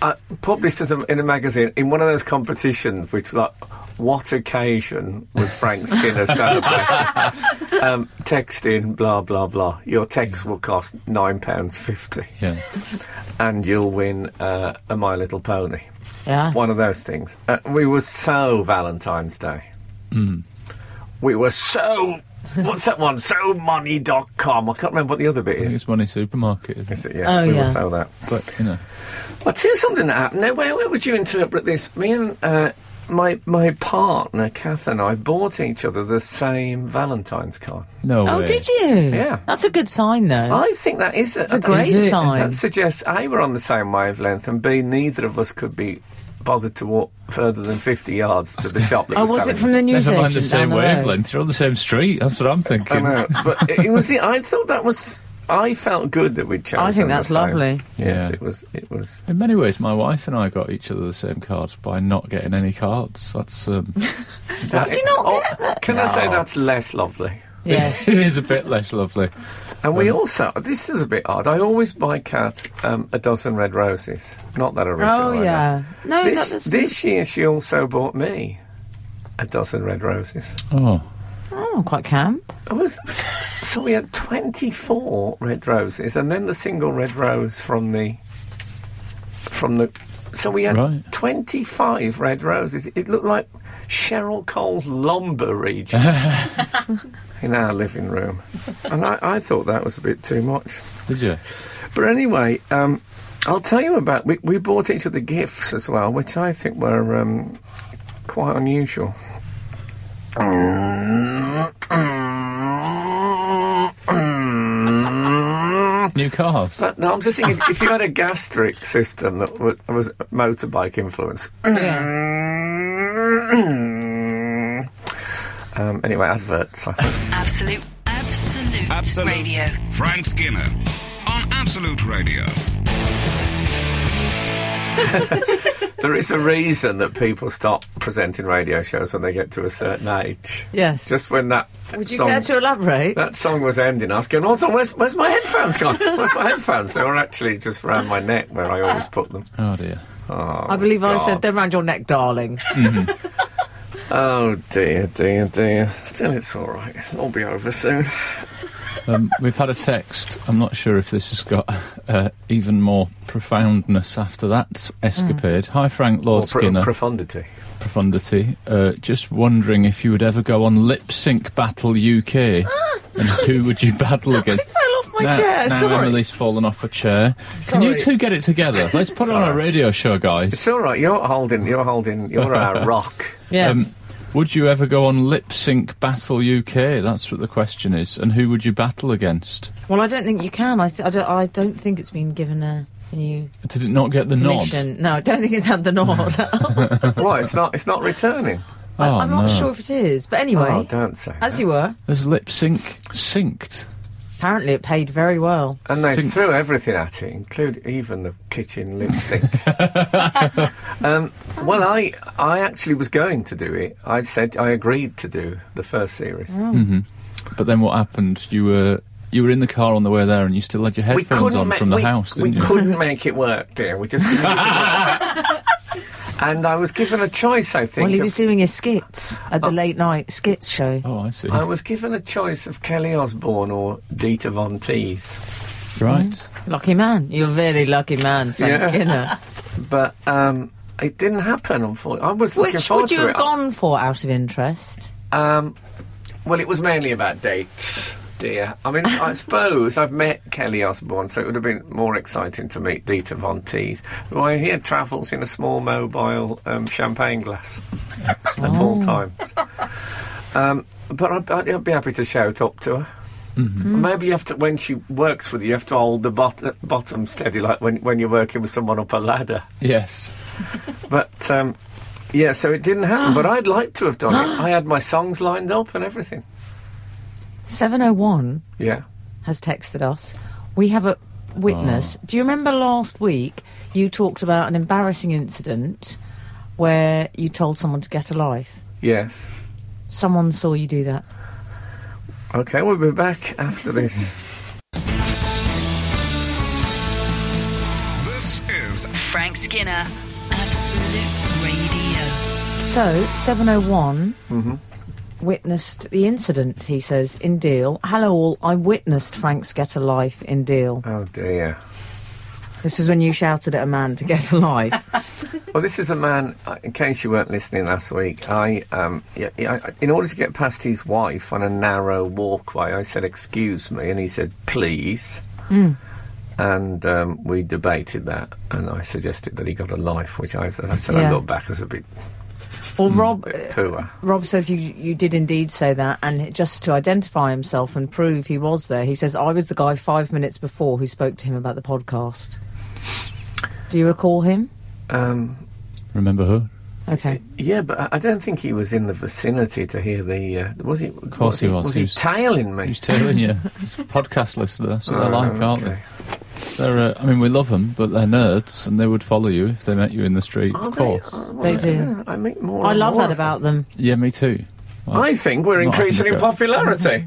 Speaker 3: I published as a, in a magazine in one of those competitions, which like. What occasion was Frank Skinner celebrating? um, text in, blah, blah, blah. Your text will cost £9.50
Speaker 5: Yeah.
Speaker 3: and you'll win uh, a My Little Pony.
Speaker 4: Yeah.
Speaker 3: One of those things. Uh, we were so Valentine's Day. We were so. What's that one? So money.com. I can't remember what the other bit
Speaker 5: I think
Speaker 3: is.
Speaker 5: it's money supermarket. isn't it?
Speaker 3: Is it? Yes,
Speaker 4: Oh,
Speaker 3: we were
Speaker 4: yeah.
Speaker 3: so that.
Speaker 5: But you know,
Speaker 3: I'll tell you something that happened. Now, where, where would you interpret this? Me and uh, my my partner, Kath, and I bought each other the same Valentine's card.
Speaker 5: no
Speaker 4: Oh,
Speaker 5: way.
Speaker 4: did you?
Speaker 3: Yeah.
Speaker 4: That's a good sign, though.
Speaker 3: I think that is
Speaker 4: It's a great
Speaker 5: Is it?
Speaker 4: sign.
Speaker 3: That suggests A, we're on the same wavelength, and B, neither of us could be bothered to walk further than 50 yards to the shop. That
Speaker 4: oh,
Speaker 3: was
Speaker 4: was
Speaker 3: selling
Speaker 4: it from the news
Speaker 5: Never mind the
Speaker 4: agent down
Speaker 5: same
Speaker 4: the road?
Speaker 5: wavelength. You're on the same street. That's what I'm
Speaker 3: I
Speaker 5: thinking.
Speaker 3: know, but it, it was. The, I thought that was. I felt good that we'd chosen.
Speaker 4: I think that's
Speaker 3: the same.
Speaker 4: lovely.
Speaker 3: Yes,
Speaker 5: Yeah.
Speaker 3: it was. It was.
Speaker 5: In many ways, my wife and I got each other the same cards by not getting any cards. That's um,
Speaker 3: That,
Speaker 4: you not
Speaker 3: oh, Can I say
Speaker 5: No.
Speaker 3: that's less lovely?
Speaker 4: Yes.
Speaker 5: it is a bit less lovely.
Speaker 3: And we also. This is a bit odd. I always buy Kath um, a dozen red roses. Not that original.
Speaker 4: oh,
Speaker 3: I know.
Speaker 4: yeah. No, that,
Speaker 3: This
Speaker 4: that's
Speaker 3: this year she also bought me a dozen red roses.
Speaker 5: Oh,
Speaker 4: oh, quite camp.
Speaker 3: I was. So we had 24 red roses, and then the single red rose from the. From the. So we had
Speaker 5: Right.
Speaker 3: 25 red roses. It looked like Cheryl Cole's lumber region in our living room. And I, I thought that was a bit too much.
Speaker 5: did you?
Speaker 3: But anyway, um, I'll tell you about. We, we bought each other gifts as well, which I think were um, quite unusual.
Speaker 5: New cars.
Speaker 3: But no, I'm just thinking if, if you had a gastric system that was, was motorbike influence.
Speaker 4: Yeah.
Speaker 3: Um, anyway, adverts. I think.
Speaker 1: Absolute, absolute,
Speaker 2: Absolute.
Speaker 1: radio.
Speaker 2: Frank Skinner on Absolute Radio.
Speaker 3: there is a reason that people stop presenting radio shows when they get to a certain age.
Speaker 4: Yes.
Speaker 3: Just when that
Speaker 4: Would you
Speaker 3: song,
Speaker 4: care to elaborate?
Speaker 3: that song was ending, I was going, "Oh, where's, where's my headphones gone? Where's my headphones?" They were actually just round my neck where I always put them.
Speaker 5: Oh dear.
Speaker 4: I believe I
Speaker 3: God.
Speaker 4: said they're round your neck, darling.
Speaker 3: Oh dear, dear, dear. Still, it's all right. It'll be over soon.
Speaker 5: Um, we've had a text. I'm not sure if this has got uh, even more profoundness after that
Speaker 4: Mm.
Speaker 5: escapade. Hi, Frank Lord
Speaker 3: Or pro-
Speaker 5: Skinner.
Speaker 3: profundity.
Speaker 5: profundity. Uh, just wondering if you would ever go on Lip Sync Battle UK, and who would you battle against?
Speaker 4: fell off my
Speaker 5: now,
Speaker 4: chair,
Speaker 5: now
Speaker 4: sorry.
Speaker 5: Emily's fallen off a chair. Can
Speaker 4: Sorry.
Speaker 5: you two get it together? Let's put on a
Speaker 3: Sorry.
Speaker 5: radio show, guys.
Speaker 3: It's all right. You're holding. You're holding. You're our rock.
Speaker 4: Yes.
Speaker 5: Um, would you ever go on Lip Sync Battle UK? That's what the question is. And who would you battle against?
Speaker 4: well, I don't think you can. I, th- I, don't, I don't think it's been given a new
Speaker 5: Did it not get the nod?
Speaker 4: mission. No, I don't think it's had the nod.
Speaker 3: Why? It's not. It's not returning.
Speaker 5: Oh,
Speaker 4: I- I'm not
Speaker 5: no.
Speaker 4: sure if it is. But anyway,
Speaker 3: Oh, don't say.
Speaker 4: as
Speaker 3: that.
Speaker 4: you were,
Speaker 5: There's Lip Sync synced.
Speaker 4: apparently it paid very well.
Speaker 3: And they
Speaker 5: Sink.
Speaker 3: threw everything at it, include even the kitchen lip sync. um, well, I I actually was going to do it. I said I agreed to do the first series.
Speaker 4: Mm.
Speaker 5: But then what happened? You were you were in the car on the way there, and you still had your
Speaker 3: we
Speaker 5: headphones
Speaker 3: couldn't
Speaker 5: on
Speaker 3: ma-
Speaker 5: from the
Speaker 3: we,
Speaker 5: house,
Speaker 3: we
Speaker 5: didn't you?
Speaker 3: couldn't make it work, dear. We just. couldn't make it work. And I was given a choice. I think.
Speaker 4: Well, he
Speaker 3: of-
Speaker 4: was doing his skits at
Speaker 3: Oh.
Speaker 4: the late night skits show.
Speaker 5: Oh, I see.
Speaker 3: I was given a choice of Kelly Osbourne or Dieter Von Teese.
Speaker 5: Right.
Speaker 4: Lucky man. You're a very lucky man, Frank
Speaker 3: Yeah.
Speaker 4: Skinner.
Speaker 3: but um, it didn't happen. Unfortunately, I was looking
Speaker 4: Which
Speaker 3: forward
Speaker 4: would you
Speaker 3: to
Speaker 4: have
Speaker 3: it.
Speaker 4: gone for out of interest?
Speaker 3: Um, well, it was mainly about dates, dear. I mean, I suppose I've met Kelly Osbourne, so it would have been more exciting to meet Dieter Von Teese, who I hear travels in a small mobile um, champagne glass at all times. Um, but I'd, I'd, I'd be happy to shout up to her. Maybe you have to, when she works with you, you have to hold the bot- bottom steady, like when, when you're working with someone up a ladder.
Speaker 5: Yes.
Speaker 3: But um, yeah, so it didn't happen. but I'd like to have done it. I had my songs lined up and everything.
Speaker 4: 701
Speaker 3: Yeah.
Speaker 4: has texted us. We have a
Speaker 3: Oh.
Speaker 4: witness. Do you remember last week you talked about an embarrassing incident where you told someone to get a life?
Speaker 3: Yes.
Speaker 4: Someone saw you do that.
Speaker 3: Okay, we'll be back after this.
Speaker 2: This is
Speaker 1: Frank Skinner, Absolute Radio.
Speaker 4: So, 701
Speaker 3: Mm-hmm.
Speaker 4: witnessed the incident, he says, in Deal. Hello, all. I witnessed Frank's get a life in Deal.
Speaker 3: Oh dear.
Speaker 4: This was when you shouted at a man to get a life.
Speaker 3: Well, this is a man. uh, In case you weren't listening last week, I, um, yeah, I I- in order to get past his wife on a narrow walkway, I said, "Excuse me," and he said, "Please."
Speaker 4: Hmm.
Speaker 3: And um, we debated that, and I suggested that he got a life, which I, I said
Speaker 4: Yeah.
Speaker 3: I look back as a bit, Mm.
Speaker 4: Well, Rob. uh,
Speaker 3: bit poor.
Speaker 4: Rob says you you did indeed say that, and it- just to identify himself and prove he was there, he says I was the guy five minutes before who spoke to him about the podcast. Do you recall him?
Speaker 3: Um,
Speaker 5: Remember her?
Speaker 4: Okay,
Speaker 3: yeah, but I- I don't think he was in the vicinity to hear the. Uh, was he? Of
Speaker 5: course he was.
Speaker 3: Was
Speaker 5: He
Speaker 3: he,
Speaker 5: was-
Speaker 3: tailing me?
Speaker 5: Who's telling you? It's podcast listeners. That's what they're
Speaker 3: Oh,
Speaker 5: like, aren't
Speaker 3: okay.
Speaker 5: they? They're, uh, I mean, we love them, but they're nerds, and they would follow you if they met you in the street.
Speaker 3: Are
Speaker 5: of
Speaker 3: they?
Speaker 5: course.
Speaker 3: Oh, well,
Speaker 4: They do.
Speaker 3: yeah, I meet more.
Speaker 4: I
Speaker 3: and
Speaker 4: love
Speaker 3: more
Speaker 4: that
Speaker 3: of them.
Speaker 4: about them.
Speaker 5: Yeah, me too.
Speaker 3: I think we're
Speaker 5: Not having
Speaker 3: increasing
Speaker 5: a
Speaker 3: in
Speaker 5: go.
Speaker 3: popularity.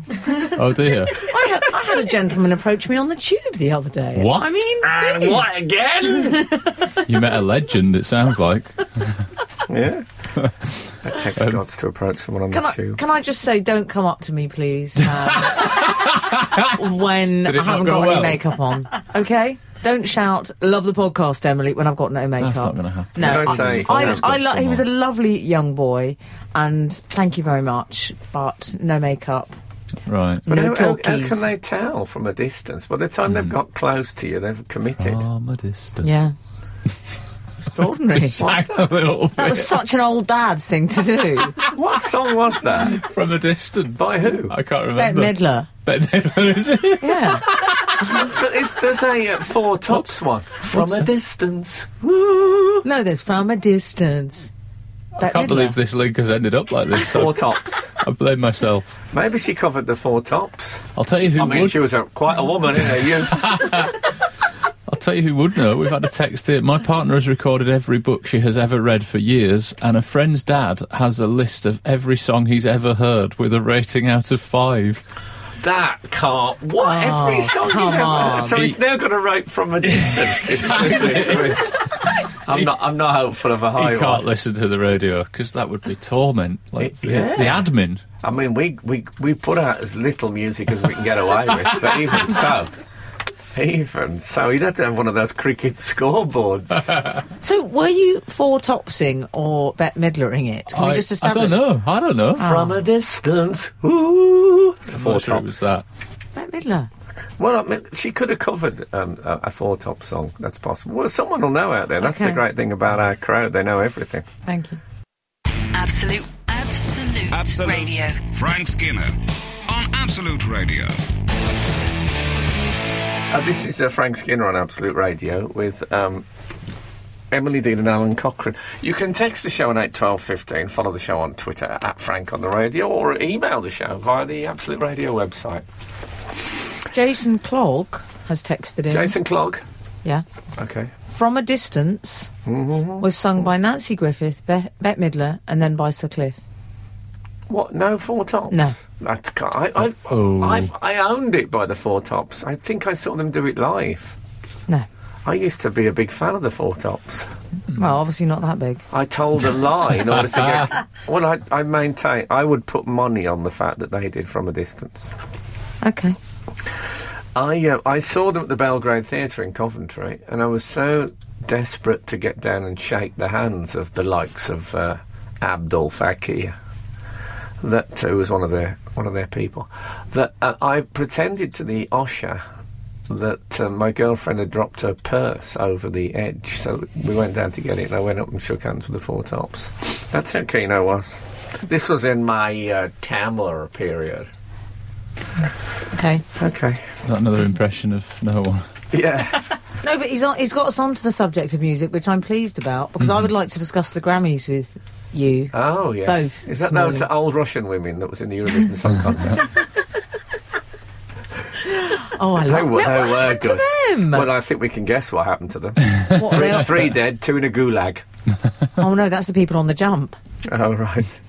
Speaker 5: Oh dear.
Speaker 4: I had, I had a gentleman approach me on the tube the other day.
Speaker 5: What?
Speaker 4: I mean,
Speaker 3: and
Speaker 4: really.
Speaker 3: what again?
Speaker 5: You met a legend, it sounds like.
Speaker 3: yeah. That takes
Speaker 5: Um,
Speaker 3: gods to approach someone on
Speaker 4: Can
Speaker 3: the
Speaker 4: I,
Speaker 3: tube.
Speaker 4: can I just say, don't come up to me, please, um, when
Speaker 5: Did it
Speaker 4: I
Speaker 5: not
Speaker 4: haven't
Speaker 5: go
Speaker 4: got
Speaker 5: well?
Speaker 4: any makeup on. Okay? Don't shout, love the podcast, Emily, when I've got no makeup.
Speaker 5: not gonna happen.
Speaker 4: No,
Speaker 3: Can I say-
Speaker 4: I,
Speaker 3: Come
Speaker 4: I,
Speaker 5: on.
Speaker 4: lo- he was a lovely young boy, and thank you very much, but no makeup,
Speaker 5: Right.
Speaker 3: But
Speaker 4: no
Speaker 3: how, how- how
Speaker 4: talkies.
Speaker 3: can they tell from a distance? By the time
Speaker 5: Hmm.
Speaker 3: they've got close to you, they've committed.
Speaker 5: Arm a distance.
Speaker 4: Yeah. Extraordinary.
Speaker 5: Sang a little
Speaker 4: That
Speaker 5: bit
Speaker 4: was such an old dad's thing to do.
Speaker 3: What song was that?
Speaker 5: from a distance.
Speaker 3: By who?
Speaker 5: I can't
Speaker 4: Bet
Speaker 5: remember.
Speaker 4: Midler.
Speaker 5: Bet Midler, is it?
Speaker 4: Yeah.
Speaker 3: but it's, there's a uh, Four Tops one. From
Speaker 5: what's
Speaker 3: a
Speaker 5: that?
Speaker 3: distance. Woo.
Speaker 4: No, there's from a distance.
Speaker 5: I can't believe this link has ended up like this.
Speaker 3: Four
Speaker 5: I,
Speaker 3: Tops.
Speaker 5: I blame myself.
Speaker 3: Maybe she covered the Four Tops.
Speaker 5: I'll tell you who
Speaker 3: I mean,
Speaker 5: would.
Speaker 3: she was a, quite a woman in her youth.
Speaker 5: I'll tell you who would know. We've had a text here. My partner has recorded every book she has ever read for years, and a friend's dad has a list of every song he's ever heard with a rating out of five.
Speaker 3: That can't. What?
Speaker 4: Oh,
Speaker 3: Every song
Speaker 4: come
Speaker 3: he's ever.
Speaker 4: on.
Speaker 3: So he's now going to write from a distance. It's listening to it. I'm not. I'm not hopeful of a
Speaker 5: He
Speaker 3: high
Speaker 5: can't
Speaker 3: one.
Speaker 5: listen to the radio because that would be torment. Like the,
Speaker 3: Yeah.
Speaker 5: the admin.
Speaker 3: I mean, we, we we put out as little music as we can get away with, but even so, even so, he'd have to have one of those cricket scoreboards.
Speaker 4: So, were you for topsing or bet midlering it? Can we
Speaker 5: I,
Speaker 4: just
Speaker 5: I
Speaker 4: establish? Ah.
Speaker 5: don't know. I don't know.
Speaker 3: from a distance, ooh. It's a
Speaker 5: I'm
Speaker 3: four
Speaker 5: not sure it was
Speaker 3: tops.
Speaker 5: that.
Speaker 4: Bet midler.
Speaker 3: Well, I mean, she could have covered um, a, a four top song. That's possible. Well, someone will know out there. That's the
Speaker 4: Okay.
Speaker 3: great thing about our crowd. They know everything.
Speaker 4: Thank you.
Speaker 1: Absolute, absolute,
Speaker 2: Absolute.
Speaker 1: radio.
Speaker 2: Frank Skinner on Absolute Radio.
Speaker 3: Uh, this is uh, Frank Skinner on Absolute Radio with um, Emily Dean and Alan Cochrane. You can text the show on 81215, follow the show on Twitter at Frank on the Radio, or email the show via the Absolute Radio website.
Speaker 4: Jason Clogg has texted in.
Speaker 3: Jason Clogg.
Speaker 4: Yeah.
Speaker 3: Okay.
Speaker 4: From a Distance
Speaker 3: Mm-hmm.
Speaker 4: was sung by Nancy Griffith, Be- Bette Midler, and then by Sir Cliff.
Speaker 3: What? No Four Tops?
Speaker 4: No.
Speaker 3: That's, ca- I, I,
Speaker 5: Oh.
Speaker 3: I, I owned it by the Four Tops. I think I saw them do it live.
Speaker 4: No.
Speaker 3: I used to be a big fan of the Four Tops. Hmm.
Speaker 4: Well, obviously not that big.
Speaker 3: I told a lie in order to get. Well, I, I maintain. I would put money on the fact that they did from a distance.
Speaker 4: Okay.
Speaker 3: I uh, I saw them at the Belgrade Theatre in Coventry, and I was so desperate to get down and shake the hands of the likes of uh, Abdul Fakir, that uh, was one of their one of their people, that uh, I pretended to the usher that uh, my girlfriend had dropped her purse over the edge, so we went down to get it, and I went up and shook hands with the four tops. That's how keen I was. This was in my uh, Tamla period.
Speaker 4: Okay.
Speaker 3: Okay.
Speaker 5: Is that another impression of no one?
Speaker 3: Yeah.
Speaker 4: No, but he's on, he's got us onto the subject of music, which I'm pleased about because
Speaker 3: Hmm.
Speaker 4: I would like to discuss the Grammys with you.
Speaker 3: Oh yes,
Speaker 4: Both
Speaker 3: is
Speaker 4: this
Speaker 3: that those
Speaker 4: morning.
Speaker 3: old Russian women that was in the Eurovision Song Contest?
Speaker 4: oh, I
Speaker 3: they
Speaker 4: love
Speaker 3: were,
Speaker 4: What
Speaker 3: they were
Speaker 4: happened
Speaker 3: good.
Speaker 4: to them?
Speaker 3: Well, I think we can guess what happened to them.
Speaker 4: What are they up-
Speaker 3: Three dead, two in a gulag.
Speaker 4: Oh no, that's the people on the jump.
Speaker 3: Oh right.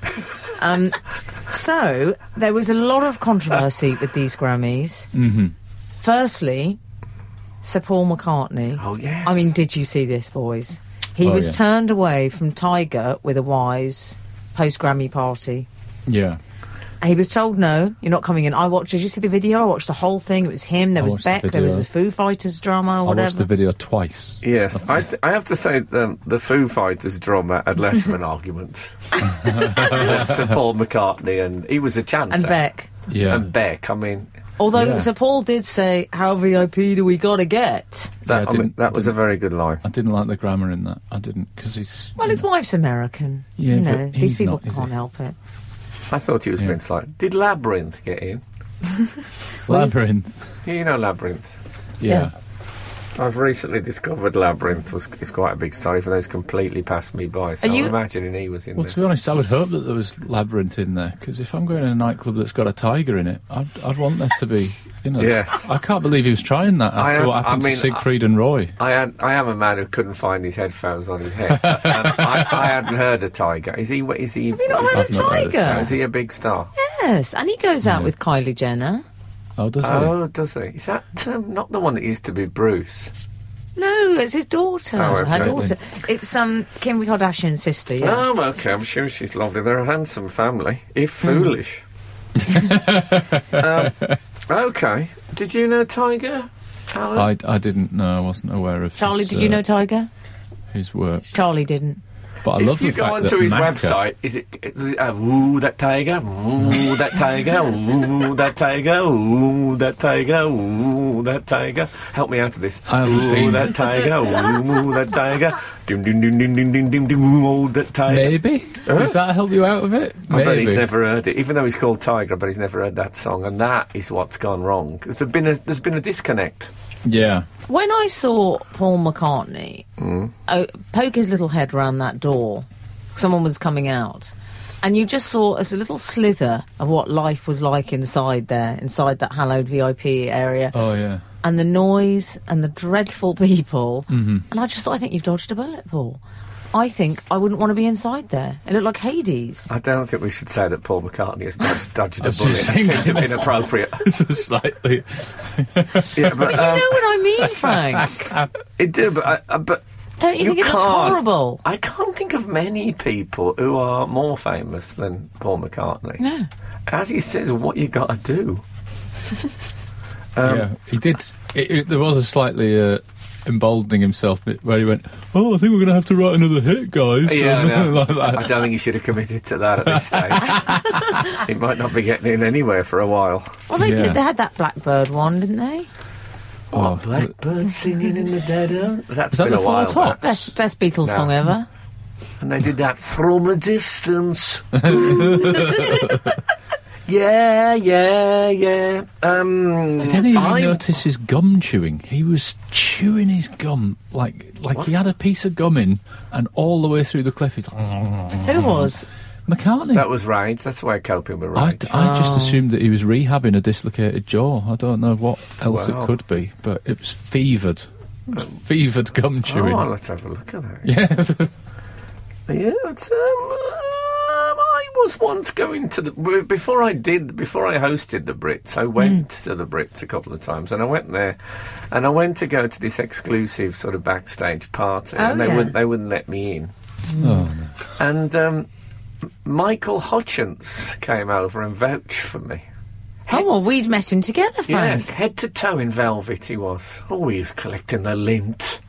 Speaker 4: Um, So there was a lot of controversy with these Grammys. Mm-hmm. Firstly, Sir Paul McCartney.
Speaker 3: Oh, yes.
Speaker 4: I mean, did you see this, boys? He
Speaker 5: Oh,
Speaker 4: was
Speaker 5: yeah.
Speaker 4: turned away from Tiger with a wise post Grammy party.
Speaker 5: Yeah.
Speaker 4: He was told, "No, you're not coming in." I watched. Did you see the video? I watched the whole thing. It was him. There
Speaker 5: I
Speaker 4: was
Speaker 5: watched the
Speaker 4: Beck. there was
Speaker 5: video.
Speaker 4: the Foo Fighters drama. Or
Speaker 5: I
Speaker 4: whatever.
Speaker 5: watched the video twice.
Speaker 3: Yes, I, th- I have to say the, the Foo Fighters drummer had less of an argument. Sir Paul McCartney, and he was a chance.
Speaker 4: and Beck.
Speaker 5: Yeah.
Speaker 3: And Beck, I mean,
Speaker 4: Although
Speaker 5: Yeah.
Speaker 4: Sir Paul did say, "How VIP do we got to get?"
Speaker 5: Yeah, I
Speaker 3: that, I mean,
Speaker 5: didn't-
Speaker 3: that was a very good line.
Speaker 5: I didn't like the grammar in that. I didn't because he's.
Speaker 4: Well,
Speaker 5: you
Speaker 4: his
Speaker 5: know,
Speaker 4: wife's American.
Speaker 5: Mm. Yeah,
Speaker 4: you
Speaker 5: but
Speaker 4: know, these
Speaker 5: he's
Speaker 4: people
Speaker 5: not, is
Speaker 4: can't
Speaker 5: he?
Speaker 4: help it.
Speaker 3: I thought he was
Speaker 5: Yeah.
Speaker 3: being slight. Did Labyrinth get in?
Speaker 5: labyrinth.
Speaker 3: You know Labyrinth.
Speaker 5: Yeah.
Speaker 3: I've recently discovered Labyrinth was is quite a big story for those completely passed me by. So
Speaker 4: Are you-
Speaker 3: I'm imagining he was in
Speaker 5: Well,
Speaker 3: there.
Speaker 5: to be honest, I would hope that there was labyrinth in there because if I'm going to a nightclub that's got a tiger in it, I'd, I'd want there to be. You know.
Speaker 3: Yes.
Speaker 5: I can't believe he was trying that
Speaker 3: I
Speaker 5: after
Speaker 3: am-
Speaker 5: what happened
Speaker 3: I mean,
Speaker 5: to Siegfried and Roy.
Speaker 3: I, had, I am a man who couldn't find his headphones on his head. and I, I hadn't heard of Tiger. Is he? Is he?
Speaker 4: Have you not heard
Speaker 5: I've
Speaker 4: of
Speaker 5: not heard of
Speaker 4: Tiger?
Speaker 5: Tiger.
Speaker 3: Is he a big star?
Speaker 4: Yes, and he goes out
Speaker 5: Yeah.
Speaker 4: with Kylie Jenner.
Speaker 5: Oh, does
Speaker 3: Oh, does he? Is that um, not the one that used to be Bruce?
Speaker 4: No, it's his daughter.
Speaker 3: Oh,
Speaker 4: Her
Speaker 3: okay.
Speaker 4: daughter. It's um Kim Kardashian's sister. Yeah.
Speaker 3: Oh, okay. I'm sure she's lovely. They're a handsome family, if
Speaker 4: Hmm.
Speaker 3: foolish. um, okay. Did you know Tiger? Alan?
Speaker 5: he? I, I didn't know. I wasn't aware of.
Speaker 4: Charlie,
Speaker 5: his,
Speaker 4: did you
Speaker 5: uh,
Speaker 4: know Tiger?
Speaker 5: his work?
Speaker 4: Charlie didn't.
Speaker 5: But I
Speaker 3: if
Speaker 5: love
Speaker 3: you
Speaker 5: the
Speaker 3: go
Speaker 5: fact
Speaker 3: onto
Speaker 5: that
Speaker 3: his
Speaker 5: Macca-
Speaker 3: website, is it, is it uh, ooh that tiger, ooh that tiger, ooh that tiger, ooh that tiger, ooh that tiger? Help me out of this.
Speaker 5: I haven't
Speaker 3: ooh
Speaker 5: been.
Speaker 3: that tiger, ooh that tiger, doom doom doom doom doom doom doom doom, ooh oh, that tiger.
Speaker 5: Maybe does that help you out of it?
Speaker 3: I bet he's
Speaker 5: Maybe.
Speaker 3: never heard it, even though he's called Tiger. I bet he's never heard that song, and that is what's gone wrong. There's been a, there's been a disconnect.
Speaker 5: Yeah.
Speaker 4: When I saw Paul McCartney
Speaker 3: Hmm?
Speaker 4: oh, poke his little head round that door, someone was coming out, and you just saw as a little slither of what life was like inside there, inside that hallowed VIP area,
Speaker 5: Oh yeah.
Speaker 4: and the noise and the dreadful people. And I just thought, I think you've dodged a bullet, Paul. I think I wouldn't want to be inside there. It looked like Hades.
Speaker 3: I don't think we should say that Paul McCartney has dodged, dodged a
Speaker 5: was
Speaker 3: bullet.
Speaker 5: just
Speaker 3: It
Speaker 5: thinking
Speaker 3: seems a bit
Speaker 5: that.
Speaker 3: inappropriate.
Speaker 5: It's a slightly.
Speaker 3: yeah, but,
Speaker 4: You
Speaker 3: um,
Speaker 4: know what I mean, Frank?
Speaker 3: it did, but, I, I, but
Speaker 4: Don't you, think it looked
Speaker 3: can't-
Speaker 4: horrible?
Speaker 3: I can't think of many people who are more famous than Paul McCartney.
Speaker 4: No.
Speaker 3: As he says, what you got to do? Um,
Speaker 5: yeah, he did. It, it, there was a slightly uh, emboldening himself bit where he went, "Oh, I think we're going to have to write another hit, guys." or
Speaker 3: I
Speaker 5: something
Speaker 3: know.
Speaker 5: like that.
Speaker 3: I don't think he should have committed to that at this stage. he might not be getting in anywhere for a while.
Speaker 4: Well, they
Speaker 5: Yeah.
Speaker 4: did. They had that blackbird one, didn't they?
Speaker 5: Oh,
Speaker 3: Blackbird singing in the dead of... That's
Speaker 5: Is that
Speaker 3: been
Speaker 5: the
Speaker 3: a
Speaker 5: Four
Speaker 3: while back.
Speaker 4: Best best Beatles
Speaker 3: No.
Speaker 4: song ever.
Speaker 3: And they did that from a distance. yeah, yeah, yeah. Um,
Speaker 5: Did any of you
Speaker 3: I-
Speaker 5: notice his gum chewing? He was chewing his gum like like he had a piece of gum in, and all the way through the cliff, he's like,
Speaker 4: Who was?
Speaker 5: McCartney.
Speaker 3: Mm-hmm. That was Oh. rage. That's the way of coping with
Speaker 5: I,
Speaker 3: rage.
Speaker 5: I just assumed that he was rehabbing a dislocated jaw. I don't know what else
Speaker 3: Wow.
Speaker 5: it could be, but it was fevered. It was fevered gum chewing.
Speaker 3: Oh, let's have a look at that.
Speaker 5: yeah.
Speaker 3: Yeah, it's, um, um, I was once going to the w- before I did before I hosted the Brits. I went
Speaker 4: Hmm.
Speaker 3: to the Brits a couple of times, and I went there, and I went to go to this exclusive sort of backstage party,
Speaker 4: Oh,
Speaker 3: and they
Speaker 4: yeah. Hmm.
Speaker 3: wouldn't they wouldn't let me in.
Speaker 5: Oh, no.
Speaker 3: And um, Michael Hutchins came over and vouched for me.
Speaker 4: Oh well, we'd met him together, Frank.
Speaker 3: Yes, head to toe in velvet he was. Always collecting the lint.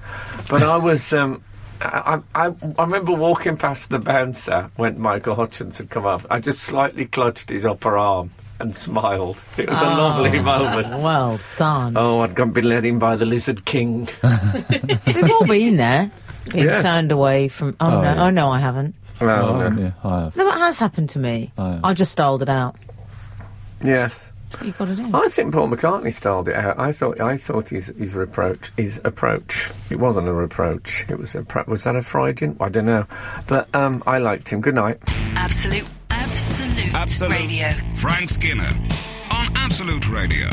Speaker 3: But I was. Um, I, I, I I remember walking past the bouncer when Michael Hutchins had come up. I just slightly clutched his upper arm and smiled. It was a lovely moment.
Speaker 4: Well done.
Speaker 3: Oh, I'd gone been led in by the Lizard King.
Speaker 4: We've all been there, being
Speaker 3: Yes.
Speaker 4: turned away from. Oh, no!
Speaker 5: yeah.
Speaker 4: Oh no, I haven't.
Speaker 5: Oh,
Speaker 3: Well, uh,
Speaker 5: yeah, I have.
Speaker 4: No, it has happened to me.
Speaker 5: Oh, yeah.
Speaker 4: I've just styled it out.
Speaker 3: yes.
Speaker 4: You got it in.
Speaker 3: I think Paul McCartney styled it out. I thought I thought his his reproach his approach. It wasn't a reproach. It was a pro- was that a Freudian? I don't know. But um, I liked him. Good night.
Speaker 1: Absolute, absolute,
Speaker 2: Absolute.
Speaker 1: radio.
Speaker 2: Frank Skinner on Absolute Radio.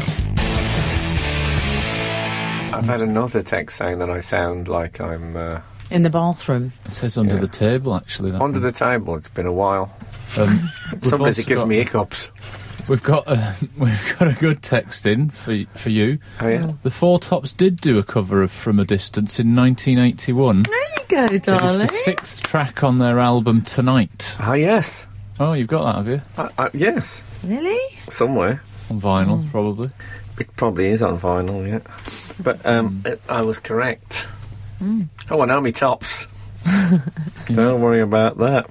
Speaker 3: I've had another text saying that I sound like I'm uh,
Speaker 4: in the bathroom.
Speaker 5: It says under
Speaker 3: Yeah.
Speaker 5: the table, actually. That
Speaker 3: Under the table, it's been a while.
Speaker 5: one. Um, we've
Speaker 3: Sometimes
Speaker 5: also
Speaker 3: it gives
Speaker 5: got-
Speaker 3: me hiccups.
Speaker 5: We've got a, we've got a good text in for y- for you.
Speaker 3: Oh, yeah?
Speaker 5: The Four Tops did do a cover of From a Distance in 1981.
Speaker 4: There you go,
Speaker 5: It was
Speaker 4: darling.
Speaker 5: the sixth track on their album Tonight.
Speaker 3: Ah, yes.
Speaker 5: Oh, you've got that, have you?
Speaker 3: I, I, yes.
Speaker 4: Really?
Speaker 3: Somewhere.
Speaker 5: On vinyl,
Speaker 3: Mm.
Speaker 5: probably.
Speaker 3: It probably is on vinyl, yeah. But
Speaker 5: Mm.
Speaker 3: um, it- I was correct. Oh, and now me tops. Don't worry about that.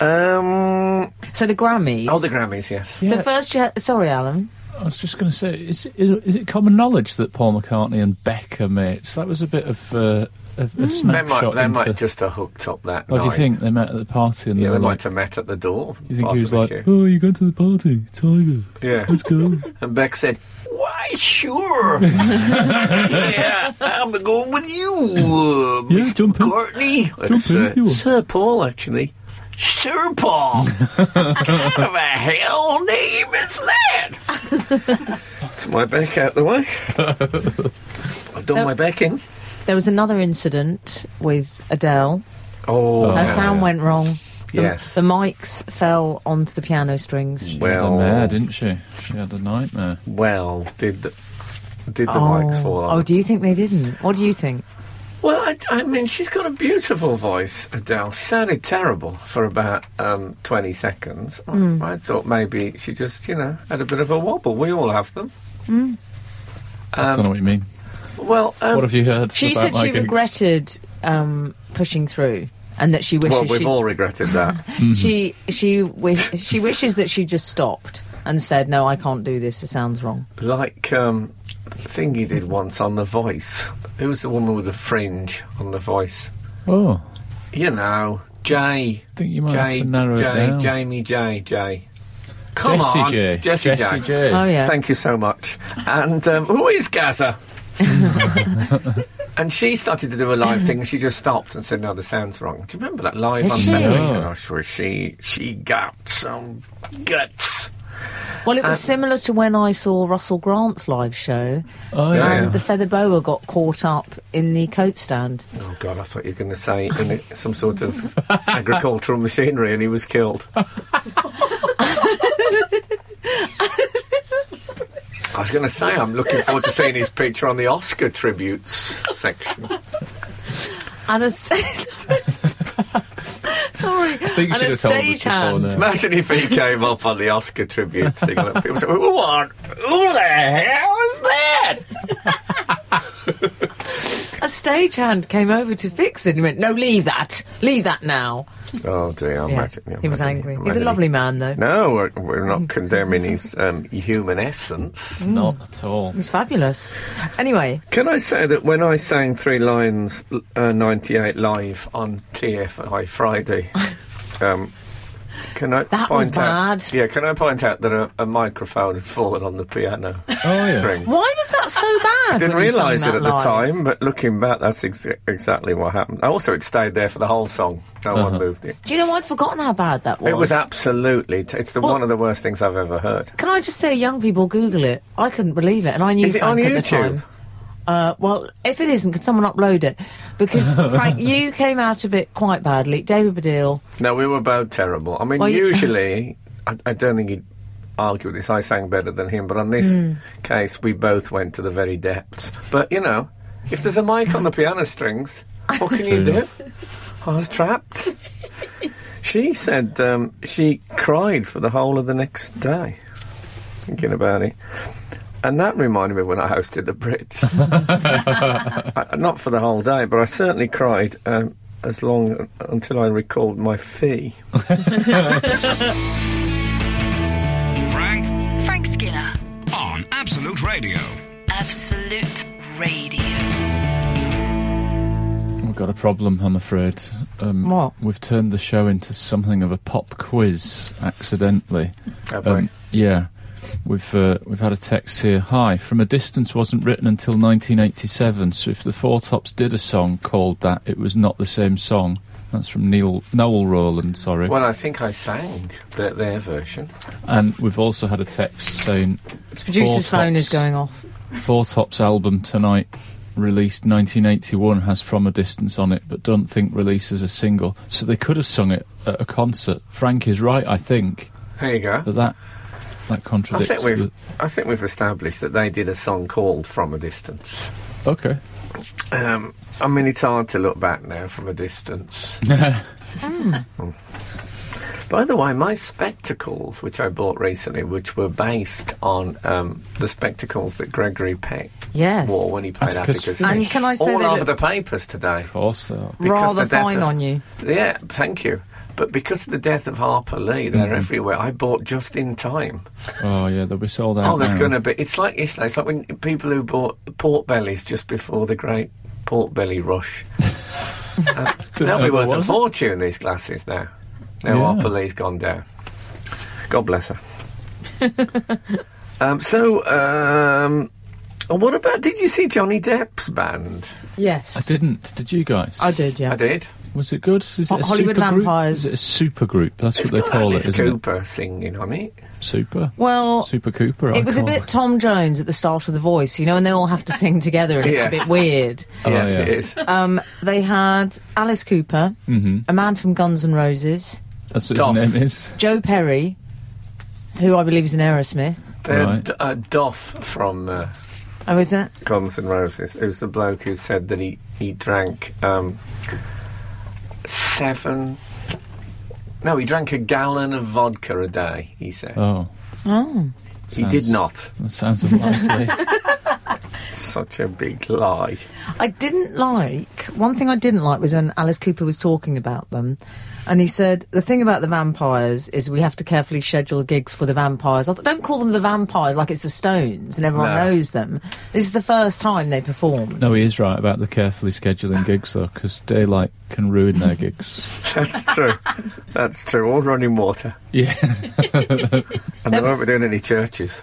Speaker 3: Um,
Speaker 4: So the Grammys.
Speaker 3: oh, the Grammys, yes.
Speaker 4: So
Speaker 5: Yeah.
Speaker 4: first, you ha- sorry, Alan.
Speaker 5: I was just going to say, is, is is it common knowledge that Paul McCartney and Beck are mates? That was a bit of uh, a, a
Speaker 3: Mm. They might,
Speaker 5: snapshot
Speaker 3: they
Speaker 5: into.
Speaker 3: might just have hooked up that
Speaker 5: what do you
Speaker 3: night.
Speaker 5: think? They met at the party, and
Speaker 3: Yeah,
Speaker 5: they
Speaker 3: they
Speaker 5: were
Speaker 3: might
Speaker 5: like,
Speaker 3: have met at the door.
Speaker 5: "You think
Speaker 3: part of
Speaker 5: he was
Speaker 3: the
Speaker 5: like,
Speaker 3: queue.
Speaker 5: oh, you going to the party, Tiger?
Speaker 3: Yeah.
Speaker 5: Let's go."
Speaker 3: And Beck said, Why, sure. yeah, I'm going with you, uh,
Speaker 5: Yeah,
Speaker 3: Mr.
Speaker 5: jump in.
Speaker 3: McCartney. It's,
Speaker 5: in
Speaker 3: uh,
Speaker 5: if you want.
Speaker 3: Sir Paul, actually. Sir Paul! kind of a hell name is that? it's my back out the way. I've done my backing.
Speaker 4: There was another incident with Adele.
Speaker 3: Oh,
Speaker 4: Her sound
Speaker 5: yeah.
Speaker 4: went wrong. The,
Speaker 3: Yes.
Speaker 4: The mics fell onto the piano strings.
Speaker 5: She had a
Speaker 3: Well-
Speaker 5: mare, didn't she? She had a nightmare.
Speaker 3: well, did the, did the mics fall on?
Speaker 4: oh, do you think they didn't? What do you think?
Speaker 3: Well, I, I mean, she's got a beautiful voice, Adele. She sounded terrible for about um, 20 seconds. I- I, thought maybe she just, you know, had a bit of a wobble. We all have them.
Speaker 5: I don't know what you mean.
Speaker 3: Well, um,
Speaker 5: What have you heard?
Speaker 4: Um, She
Speaker 5: about
Speaker 4: said
Speaker 5: my
Speaker 4: she
Speaker 5: gigs?
Speaker 4: regretted um, pushing through, and that she wishes
Speaker 3: well we've
Speaker 4: she'd-
Speaker 3: all regretted that.
Speaker 4: she she wish, she wishes that she just stopped and said, "No, I can't do this. It sounds wrong."
Speaker 3: like um, the thing he did once on The Voice. Who was the woman with the fringe on The Voice?
Speaker 5: Oh,
Speaker 3: You know, Jay.
Speaker 5: I think you might have
Speaker 3: Jay,
Speaker 5: to narrow it
Speaker 3: Jay,
Speaker 5: down.
Speaker 3: Jamie J, Jay. Come
Speaker 5: Jessie
Speaker 3: on,
Speaker 5: J.
Speaker 3: Jessie
Speaker 5: Jessie
Speaker 3: J.
Speaker 5: J.
Speaker 4: Oh yeah,
Speaker 3: Thank you so much. And um, who is Gaza? and she started to do a live thing and she just stopped and said, No, the sound's wrong. Do you remember that live
Speaker 4: Did
Speaker 3: on
Speaker 4: she?
Speaker 3: television?
Speaker 5: No.
Speaker 3: Oh, sure, she, she got some guts.
Speaker 4: Well, it was
Speaker 3: Uh,
Speaker 4: similar to when I saw Russell Grant's live show,
Speaker 5: Oh, yeah.
Speaker 4: and
Speaker 3: yeah.
Speaker 4: the feather boa got caught up in the coat stand.
Speaker 3: Oh, God, I thought you were going to say in a- some sort of agricultural machinery and he was killed. I was going to say, I'm looking forward to seeing his picture on the Oscar tributes section.
Speaker 4: And a st- sorry,
Speaker 5: think
Speaker 4: and
Speaker 5: you
Speaker 4: a
Speaker 5: should have told us before
Speaker 4: stagehand.
Speaker 5: now.
Speaker 3: Imagine if he came up on the Oscar tributes thing and people said, What? Who the hell is that?
Speaker 4: A stagehand came over to fix it and went, "No, leave that, leave that now."
Speaker 3: Oh dear, I
Speaker 4: Yeah,
Speaker 3: imagine. I
Speaker 4: he was
Speaker 3: imagine-
Speaker 4: angry.
Speaker 3: I
Speaker 4: He's a
Speaker 3: imagine-
Speaker 4: lovely man, though.
Speaker 3: No, we're, we're not condemning his um, human essence.
Speaker 5: Not at all.
Speaker 4: He's fabulous. Anyway,
Speaker 3: Can I say that when I sang Three Lions uh, 98 live on TFI Friday, um, can I
Speaker 4: That was
Speaker 3: point out?
Speaker 4: bad.
Speaker 3: Yeah, can I point out that a, a microphone had fallen on the piano
Speaker 5: Oh, yeah.
Speaker 3: string?
Speaker 4: why was that so bad?
Speaker 3: Didn't
Speaker 4: when you sang
Speaker 3: realise it
Speaker 4: that
Speaker 3: at the
Speaker 4: live?
Speaker 3: time, but looking back, that's ex- exactly what happened. Also, it stayed there for the whole song. No
Speaker 4: Uh-huh.
Speaker 3: one moved it.
Speaker 4: Do you know? I'd forgotten how bad that was.
Speaker 3: It was absolutely. T- it's the
Speaker 4: Well-
Speaker 3: one of the worst things I've ever heard.
Speaker 4: Can I just say, young people Google it. I couldn't believe it, and I knew
Speaker 3: Is it on
Speaker 4: Frank at the
Speaker 3: YouTube?
Speaker 4: time. Uh, well, if it isn't, can someone upload it? Because Frank, you came out of it quite badly. David Baddiel.
Speaker 3: No, we were both terrible. I mean,
Speaker 4: Well, you-
Speaker 3: usually, I, I don't think he'd argue with this. I sang better than him, but on this case, we both went to the very depths. But you know, if there's a mic on the piano strings, what can you do? I was trapped. She said um, she cried for the whole of the next day, thinking about it. And that reminded me when I hosted the Brits. I, not for the whole day, but I certainly cried um, as long until I recalled my fee.
Speaker 2: Frank
Speaker 1: Frank Skinner.
Speaker 2: on Absolute Radio.
Speaker 1: Absolute Radio.
Speaker 5: We've got a problem, I'm afraid. Um,
Speaker 4: What?
Speaker 5: We've turned the show into something of a pop quiz accidentally.
Speaker 3: Have
Speaker 5: Um, yeah. We've uh, we've had a text here. Hi, from a distance wasn't written until 1987. So if the Four Tops did a song called that, it was not the same song. That's from Neil Noel Rowland. Sorry.
Speaker 3: we? Well, I think I sang their, their version.
Speaker 5: and we've also had a text saying
Speaker 4: The producer's
Speaker 5: Four
Speaker 4: phone is
Speaker 5: Tops-
Speaker 4: going off.
Speaker 5: Four Tops album tonight released 1981 has From a Distance on it, but don't think released as a single. So they could have sung it at a concert. Frank is right, I think,
Speaker 3: There you go.
Speaker 5: but that that
Speaker 3: I
Speaker 5: contradicts.
Speaker 3: think we've
Speaker 5: the-
Speaker 3: I think we've established that they did a song called From a Distance.
Speaker 5: okay.
Speaker 3: Um, I mean, it's hard to look back now from a distance. Hmm. By the way, my spectacles, which I bought recently, which were based on um, the spectacles that Gregory Peck
Speaker 4: Yes.
Speaker 3: wore when he played
Speaker 5: Atticus
Speaker 3: Atticus
Speaker 5: Finch.
Speaker 4: And can I say
Speaker 3: all
Speaker 4: they
Speaker 3: over
Speaker 4: look-
Speaker 3: the papers today.
Speaker 5: Of course, though.
Speaker 3: because
Speaker 4: Rather
Speaker 3: the death
Speaker 4: fine
Speaker 3: of-
Speaker 4: on you.
Speaker 3: Yeah, thank you. But because of the death of Harper Lee,
Speaker 5: Mm-hmm.
Speaker 3: they're everywhere. I bought just in time.
Speaker 5: Oh yeah, they'll be sold out.
Speaker 3: Oh, there's
Speaker 5: now.
Speaker 3: going to be. It's like it's like, it's like when people who bought pork bellies just before the great pork belly rush. Uh, they'll be
Speaker 5: ever
Speaker 3: worth a
Speaker 5: was it?
Speaker 3: fortune. These glasses now.
Speaker 5: Yeah.
Speaker 3: Now Harper Lee's gone down. God bless her. um, so, um, what about? Did you see Johnny Depp's band?
Speaker 4: Yes.
Speaker 5: I didn't. Did you guys?
Speaker 4: I did, yeah.
Speaker 3: I did.
Speaker 5: Was it good? Is it
Speaker 4: Ho-
Speaker 5: a
Speaker 4: Hollywood
Speaker 5: supergroup?
Speaker 4: Vampires.
Speaker 5: Is it a super group? That's
Speaker 3: It's
Speaker 5: what they
Speaker 3: got
Speaker 5: call
Speaker 3: Alice
Speaker 5: it, isn't
Speaker 3: Cooper singing on it.
Speaker 5: it? Super.
Speaker 4: Well,
Speaker 5: Super Cooper. I
Speaker 4: It was a
Speaker 5: call
Speaker 4: bit Tom Jones at the start of The Voice, you know, and they all have to sing together, and it's
Speaker 3: Yeah.
Speaker 4: a bit weird.
Speaker 5: Oh,
Speaker 3: yes,
Speaker 5: yeah.
Speaker 3: it is.
Speaker 4: Um, they had Alice Cooper,
Speaker 3: Mm-hmm.
Speaker 4: a man from Guns N' Roses,
Speaker 5: That's what
Speaker 3: Doff.
Speaker 5: his name is.
Speaker 4: Joe Perry, who I believe is in Aerosmith.
Speaker 3: They're
Speaker 5: Right.
Speaker 3: d- uh, Doff from. Uh,
Speaker 4: Oh, is it?
Speaker 3: Guns N' Roses. It was the bloke who said that he, he drank um, seven. No, he drank a gallon of vodka a day, he said.
Speaker 5: Oh,
Speaker 4: Oh.
Speaker 3: he did
Speaker 5: sounds-
Speaker 3: not.
Speaker 5: that sounds unlikely.
Speaker 3: Such a big lie.
Speaker 4: I didn't like one thing I didn't like was when Alice Cooper was talking about them, and he said the thing about the vampires is we have to carefully schedule gigs for the vampires. I thought, don't call them the vampires like it's the Stones and everyone
Speaker 3: No.
Speaker 4: knows them. This is the first time they performed.
Speaker 5: no, he is right about the carefully scheduling gigs though, because daylight can ruin their gigs.
Speaker 3: That's true. That's true. All running water.
Speaker 5: Yeah.
Speaker 3: And they won't be doing any churches.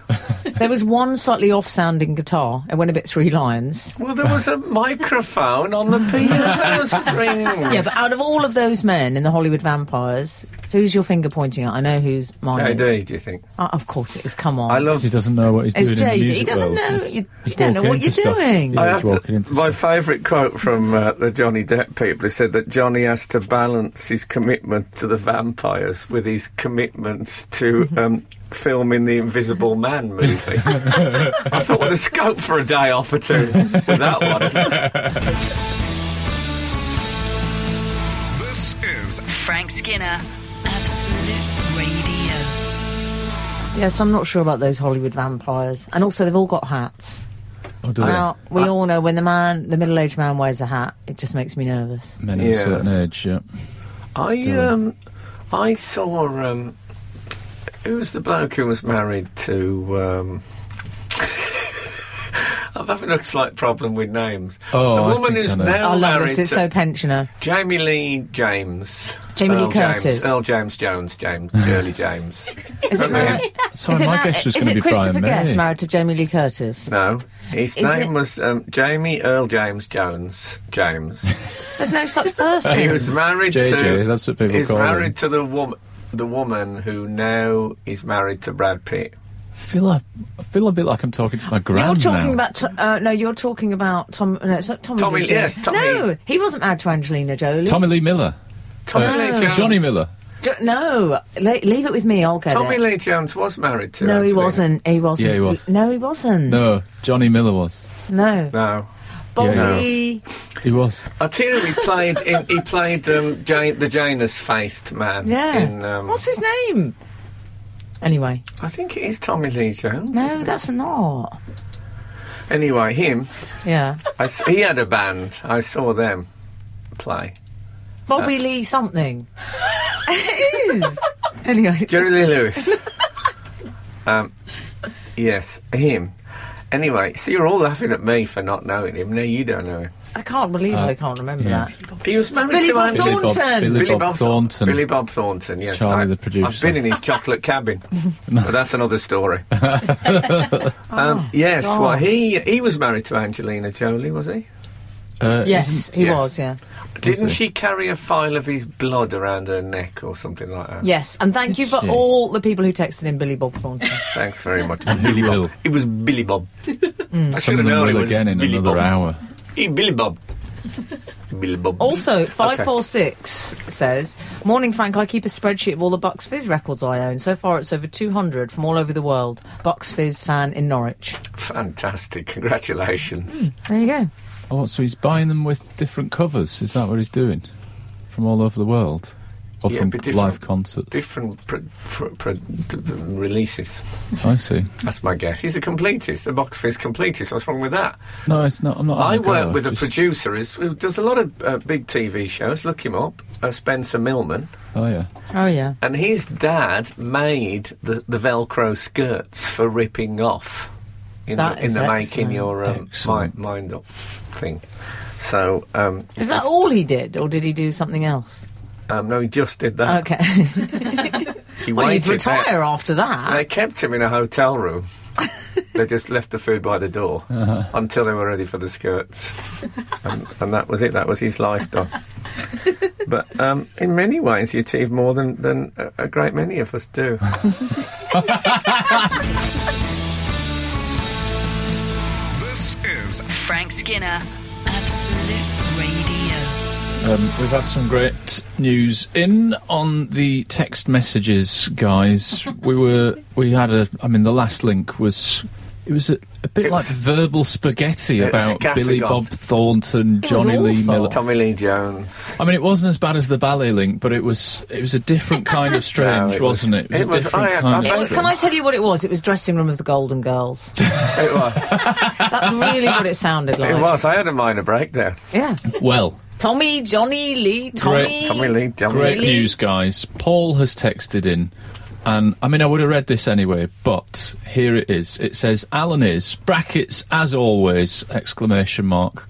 Speaker 4: There was one slightly off-sounding guitar. It went a bit Three Lions.
Speaker 3: Well, there was a microphone on the piano strings.
Speaker 4: Yeah, but out of all of those men in the Hollywood Vampires, who's your finger pointing at? I know who's mine. is.
Speaker 3: JD, do you think?
Speaker 4: Uh, of course it is. Come on.
Speaker 3: I love
Speaker 5: 'Cause he doesn't know what he's
Speaker 4: It's
Speaker 5: doing. in the
Speaker 4: JD. He
Speaker 5: music
Speaker 4: doesn't
Speaker 5: world.
Speaker 4: know-
Speaker 5: He's-
Speaker 4: you-
Speaker 5: he's
Speaker 4: you don't know
Speaker 5: walking
Speaker 4: what you're
Speaker 5: into stuff.
Speaker 4: doing.
Speaker 5: Yeah,
Speaker 4: I
Speaker 5: he's
Speaker 3: have to-
Speaker 5: walking into
Speaker 3: my
Speaker 5: stuff.
Speaker 3: favourite quote from uh, the Johnny Depp people is said that Johnny has to balance his commitment to the vampires with his commitments to
Speaker 5: Mm-hmm.
Speaker 3: um, filming the Invisible Man movie. I thought, well, there's scope for a day off or two with that one, isn't there?
Speaker 2: This is
Speaker 1: Frank Skinner, Absolute Radio.
Speaker 4: Yes, I'm not sure about those Hollywood vampires. And also, they've all got hats.
Speaker 5: Oh, do
Speaker 4: Now,
Speaker 5: they?
Speaker 4: we all know when the man, the middle aged man, wears a hat, it just makes me nervous.
Speaker 5: Men of a
Speaker 3: Yes.
Speaker 5: certain age. Yeah.
Speaker 3: I, um, I saw. Um, who was the bloke who was married to. Um, I'm having a slight problem with names.
Speaker 5: Oh,
Speaker 3: the
Speaker 5: I
Speaker 3: woman
Speaker 5: think I
Speaker 3: who's
Speaker 5: know.
Speaker 3: now
Speaker 4: I love
Speaker 3: married
Speaker 4: this. It's
Speaker 3: to
Speaker 4: so pensioner.
Speaker 3: Jamie Lee James.
Speaker 4: Jamie Lee
Speaker 3: Earl
Speaker 4: Curtis.
Speaker 3: James, Earl James Jones, James, Early James.
Speaker 4: Is it, mar-
Speaker 5: Sorry,
Speaker 4: is it,
Speaker 5: my
Speaker 4: mar-
Speaker 5: guess was
Speaker 4: is
Speaker 5: gonna
Speaker 4: it
Speaker 5: be Brian
Speaker 4: Christopher Guest
Speaker 5: May.
Speaker 4: married to Jamie Lee Curtis?
Speaker 3: No. His
Speaker 4: Is
Speaker 3: name
Speaker 4: it-
Speaker 3: was um, Jamie Earl James Jones, James.
Speaker 4: There's no such
Speaker 3: he
Speaker 4: person.
Speaker 3: was married
Speaker 5: JJ,
Speaker 3: to.
Speaker 5: that's what people
Speaker 3: he's
Speaker 5: call him.
Speaker 3: married to the, wom- the woman who now is married to Brad Pitt.
Speaker 5: I feel a, I feel a bit like I'm talking to my
Speaker 4: You're
Speaker 5: grand
Speaker 4: talking
Speaker 5: now.
Speaker 4: about t- uh, no. You're talking about Tom. No, it's not Tommy.
Speaker 3: Tommy-
Speaker 4: Lee
Speaker 3: yes,
Speaker 4: Jones.
Speaker 3: Tommy.
Speaker 4: No, he wasn't married to Angelina Jolie.
Speaker 5: Tommy Lee Miller.
Speaker 3: Oh, Tommy
Speaker 4: Ah.
Speaker 5: Uh,
Speaker 3: Lee Jones.
Speaker 5: Johnny Miller.
Speaker 4: Jo- no, le- leave it with me. I'll get
Speaker 3: Tommy
Speaker 4: it.
Speaker 3: Lee Jones was married to.
Speaker 4: no, he
Speaker 3: Angelina.
Speaker 4: wasn't. He wasn't.
Speaker 5: Yeah, he was.
Speaker 4: No, he wasn't.
Speaker 5: No, Johnny Miller was.
Speaker 4: No.
Speaker 3: No.
Speaker 4: Bobby.
Speaker 5: He was.
Speaker 3: I tell you, he played. In, he played um, Jane, the Janus-faced man.
Speaker 4: Yeah.
Speaker 3: In, um,
Speaker 4: What's his name? Anyway,
Speaker 3: I think it is Tommy Lee Jones. isn't
Speaker 4: no,
Speaker 3: it?
Speaker 4: that's not.
Speaker 3: Anyway, him.
Speaker 4: Yeah.
Speaker 3: I s he had a band. I saw them play.
Speaker 4: Bobby Lee something. it is. Anyway, it's-
Speaker 3: Jerry Lee Lewis. um, yes, him. Anyway, so you're all laughing at me for not knowing him. No, you don't know him.
Speaker 4: I can't believe
Speaker 5: Uh,
Speaker 4: I can't remember
Speaker 5: yeah.
Speaker 4: that.
Speaker 3: He was married
Speaker 4: Billy
Speaker 3: to
Speaker 4: Bob
Speaker 3: Angelina-
Speaker 5: Billy Bob,
Speaker 4: Thornton.
Speaker 5: Billy Bob Thornton.
Speaker 3: Billy Bob Thornton, yes.
Speaker 5: Charlie the
Speaker 3: I've
Speaker 5: producer.
Speaker 3: been in his chocolate cabin. but that's another story. um, yes,
Speaker 4: Oh, God.
Speaker 3: well, he, he was married to Angelina Jolie, was he?
Speaker 5: Uh,
Speaker 4: Yes, he
Speaker 3: Yes.
Speaker 4: was. Yeah.
Speaker 3: Didn't
Speaker 5: he?
Speaker 3: she carry a file of his blood around her neck or something like that?
Speaker 4: Yes, and thank you for
Speaker 5: Shit.
Speaker 4: all the people who texted in Billy Bob Thornton.
Speaker 3: Thanks very much.
Speaker 5: Billy Will.
Speaker 3: It was Billy Bob. I should
Speaker 5: Some of
Speaker 3: have
Speaker 5: them
Speaker 3: known it
Speaker 5: will
Speaker 3: was
Speaker 5: again in
Speaker 3: Billy
Speaker 5: another
Speaker 3: Bob.
Speaker 5: hour.
Speaker 6: Hey, Billy Bob. Billy Bob.
Speaker 4: Also, 546 says, Morning, Frank. I keep a spreadsheet of all the Bucks Fizz records I own. So far, it's over 200 from all over the world. Bucks Fizz fan in Norwich.
Speaker 3: Fantastic. Congratulations.
Speaker 4: There you go.
Speaker 5: Oh, so he's buying them with different covers. Is that what he's doing? From all over the world, or
Speaker 3: Yeah,
Speaker 5: from
Speaker 3: but different-
Speaker 5: live concerts?
Speaker 3: Different pr- pr- pr- d- releases.
Speaker 5: I see.
Speaker 3: That's my guess. He's a completist, a box fizz completist. What's wrong with that?
Speaker 5: No, it's not. I'm not.
Speaker 3: I
Speaker 5: having a go,
Speaker 3: work
Speaker 5: was
Speaker 3: with a
Speaker 5: Oh just-
Speaker 3: producer who's- who does a lot of uh, big TV shows. Look him up, uh, Spencer Millman.
Speaker 5: Oh yeah.
Speaker 4: Oh, yeah.
Speaker 3: And his dad made the, the Velcro skirts for ripping off in
Speaker 4: That
Speaker 3: the, in
Speaker 4: is
Speaker 3: the making
Speaker 4: excellent.
Speaker 3: your um, mind,
Speaker 5: Excellent.
Speaker 3: mind up thing. So, um,
Speaker 4: Is that all he did, or did he do something else?
Speaker 3: um, no, he just did that.
Speaker 4: Okay.
Speaker 3: He
Speaker 4: well, you'd
Speaker 3: waited
Speaker 4: retire
Speaker 3: there.
Speaker 4: after that.
Speaker 3: They kept him in a hotel room. they just left the food by the door until they were ready for the skirts. and, and that was it. That was his life done. but um, in many ways, he achieved more than, than a, a great many of us do.
Speaker 2: This is
Speaker 1: Frank Skinner, Absolute Radio.
Speaker 5: Um, we've had some great news in on the text messages, guys. we were we had a. I mean, the last link was. It was a, a bit
Speaker 3: It
Speaker 5: like
Speaker 3: was-
Speaker 5: verbal spaghetti
Speaker 3: It was
Speaker 5: about Billy
Speaker 3: scattergun.
Speaker 5: Bob Thornton,
Speaker 4: was
Speaker 5: Johnny Lee
Speaker 4: awful.
Speaker 5: Miller.
Speaker 3: Tommy Lee Jones.
Speaker 5: I mean, it wasn't as bad as the ballet link, but it was it was a different kind of strange,
Speaker 3: it was-
Speaker 5: wasn't it?
Speaker 3: it was-
Speaker 5: a different
Speaker 3: I- I-
Speaker 5: kind
Speaker 3: I-
Speaker 5: of
Speaker 4: Well,
Speaker 3: Amazing.
Speaker 4: can I tell you what it was? It was dressing room of the Golden Girls.
Speaker 3: It was.
Speaker 4: That's really what it sounded like.
Speaker 3: It was. I had a minor breakdown.
Speaker 4: Yeah.
Speaker 5: well.
Speaker 4: Tommy, Johnny, Lee, Tommy.
Speaker 5: Great.
Speaker 3: Tommy Lee Jones.
Speaker 5: Great
Speaker 4: Really?
Speaker 5: news, guys. Paul has texted in, and I mean, I would have read this anyway, but here it is. It says, Alan is, brackets as always, exclamation mark.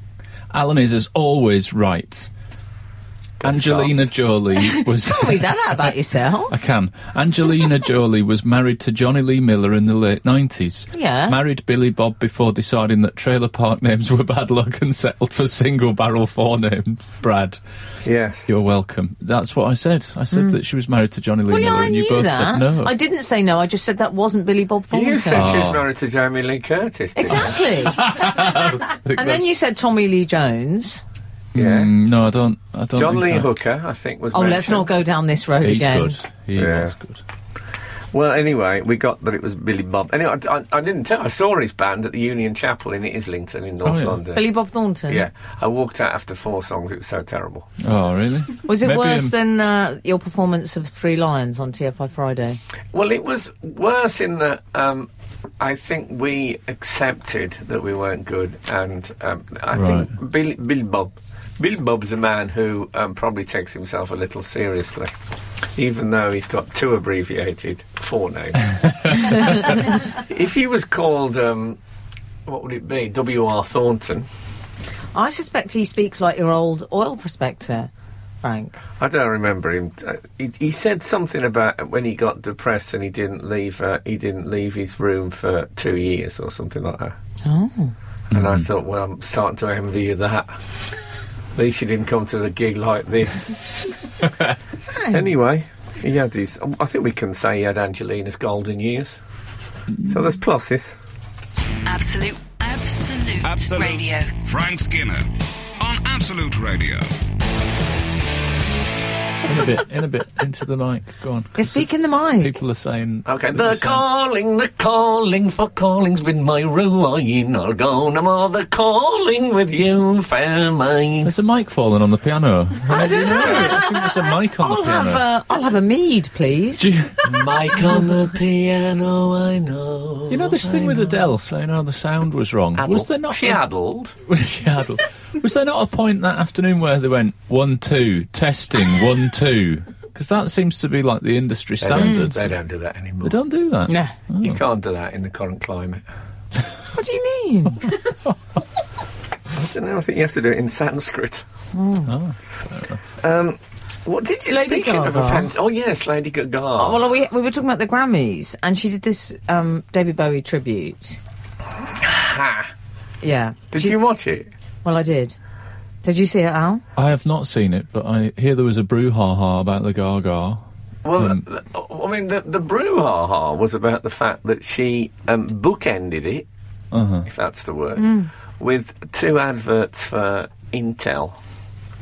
Speaker 5: Alan is as always right. Angelina
Speaker 3: Scots.
Speaker 5: Jolie was.
Speaker 4: Don't read that out about yourself.
Speaker 5: I can. Angelina Jolie was married to Johnny Lee Miller in the late 90s.
Speaker 4: Yeah.
Speaker 5: Married Billy Bob before deciding that trailer park names were bad luck and settled for single barrel forename, Brad.
Speaker 3: Yes.
Speaker 5: You're welcome. That's what I said. I said that she was married to Johnny Lee
Speaker 4: Hmm. Well, yeah,
Speaker 5: Miller,
Speaker 4: I
Speaker 5: and you
Speaker 4: knew
Speaker 5: both
Speaker 4: that.
Speaker 5: said no.
Speaker 4: I didn't say no. I just said that wasn't Billy Bob Thornton.
Speaker 3: You said she was
Speaker 5: Ah.
Speaker 3: married to Jamie Lee Curtis. didn't
Speaker 4: exactly. and
Speaker 5: think
Speaker 4: then
Speaker 5: that's-
Speaker 4: you said Tommy Lee Jones.
Speaker 3: you? Yeah.
Speaker 5: Mm, no, I don't. I don't.
Speaker 3: John
Speaker 5: think
Speaker 3: Lee
Speaker 5: I-
Speaker 3: Hooker, I think, was.
Speaker 4: Oh, let's
Speaker 3: mentioned.
Speaker 4: not go down this road
Speaker 5: He's
Speaker 4: again.
Speaker 5: good. He
Speaker 3: Yeah.
Speaker 5: was good.
Speaker 3: Well, anyway, we got that it was Billy Bob. Anyway, I, I- I didn't tell. I saw his band at the Union Chapel in Islington in North
Speaker 5: Oh, yeah.
Speaker 3: London.
Speaker 4: Billy Bob Thornton.
Speaker 3: yeah, I walked out after four songs. It was so terrible.
Speaker 5: Oh, really?
Speaker 4: Was it
Speaker 5: Maybe,
Speaker 4: worse
Speaker 5: um,
Speaker 4: than uh, your performance of Three Lions on TFI Friday?
Speaker 3: Well, it was worse in that um, I think we accepted that we weren't good, and um, I think
Speaker 5: Right.
Speaker 3: Billy, Billy Bob, Billy Bob's a man who um, probably takes himself a little seriously, even though he's got two abbreviated forenames. if he was called, um, what would it be? W. R. Thornton.
Speaker 4: I suspect he speaks like your old oil prospector, Frank.
Speaker 3: I don't remember him. Uh, He, he said something about when he got depressed and he didn't leave. Uh, he didn't leave his room for two years or something like that.
Speaker 4: Oh.
Speaker 3: And I thought, well, I'm starting to envy you that. At least you didn't come to the gig like this. anyway, he had his. I think we can say he had Angelina's golden years. So there's pluses.
Speaker 1: Absolute, absolute,
Speaker 2: Absolute.
Speaker 1: radio.
Speaker 2: Frank Skinner on Absolute Radio.
Speaker 5: In a bit. In a bit. Into the mic. Go on.
Speaker 4: They speak in the mic.
Speaker 5: People are saying.
Speaker 3: Okay,
Speaker 5: that you
Speaker 3: the
Speaker 5: sound-
Speaker 3: calling, the calling for callings with my ruin. I'll go no more. The calling with you, fair mine.
Speaker 5: There's a mic falling on the piano. I don't know. I think there's a mic on
Speaker 4: I'll
Speaker 5: the piano.
Speaker 4: have a, I'll have a mead, please.
Speaker 3: Mike on the piano, I know.
Speaker 5: You know this thing with Adele saying, "Oh, the sound was wrong." Was there not?
Speaker 3: She addled.
Speaker 5: She addled. Was there not a point that afternoon where they went one two testing one two? Because that seems to be like the industry standard.
Speaker 3: They don't do that anymore.
Speaker 5: They don't do that.
Speaker 4: No.
Speaker 3: You can't do that in the current climate.
Speaker 4: What do you mean?
Speaker 3: I don't know. I think you have to do it in Sanskrit.
Speaker 5: Hmm. Oh.
Speaker 3: Um, what did you
Speaker 4: Lady
Speaker 3: speaking of
Speaker 4: Gaga.
Speaker 3: offence? Oh yes, Lady Gaga.
Speaker 5: Oh,
Speaker 4: Well, we, we were talking about the Grammys, and she did this um, David Bowie tribute.
Speaker 3: ha.
Speaker 4: Yeah.
Speaker 3: Did
Speaker 4: She-
Speaker 3: you watch it?
Speaker 4: Well, I did. Did you see it, Al?
Speaker 5: I have not seen it, but I hear there was a brouhaha about the Gaga.
Speaker 3: Well,
Speaker 5: Um,
Speaker 3: th- th- I mean, the, the
Speaker 4: Hmm.
Speaker 3: brouhaha was about the fact that she um, bookended it, if that's the word, with two adverts for Intel.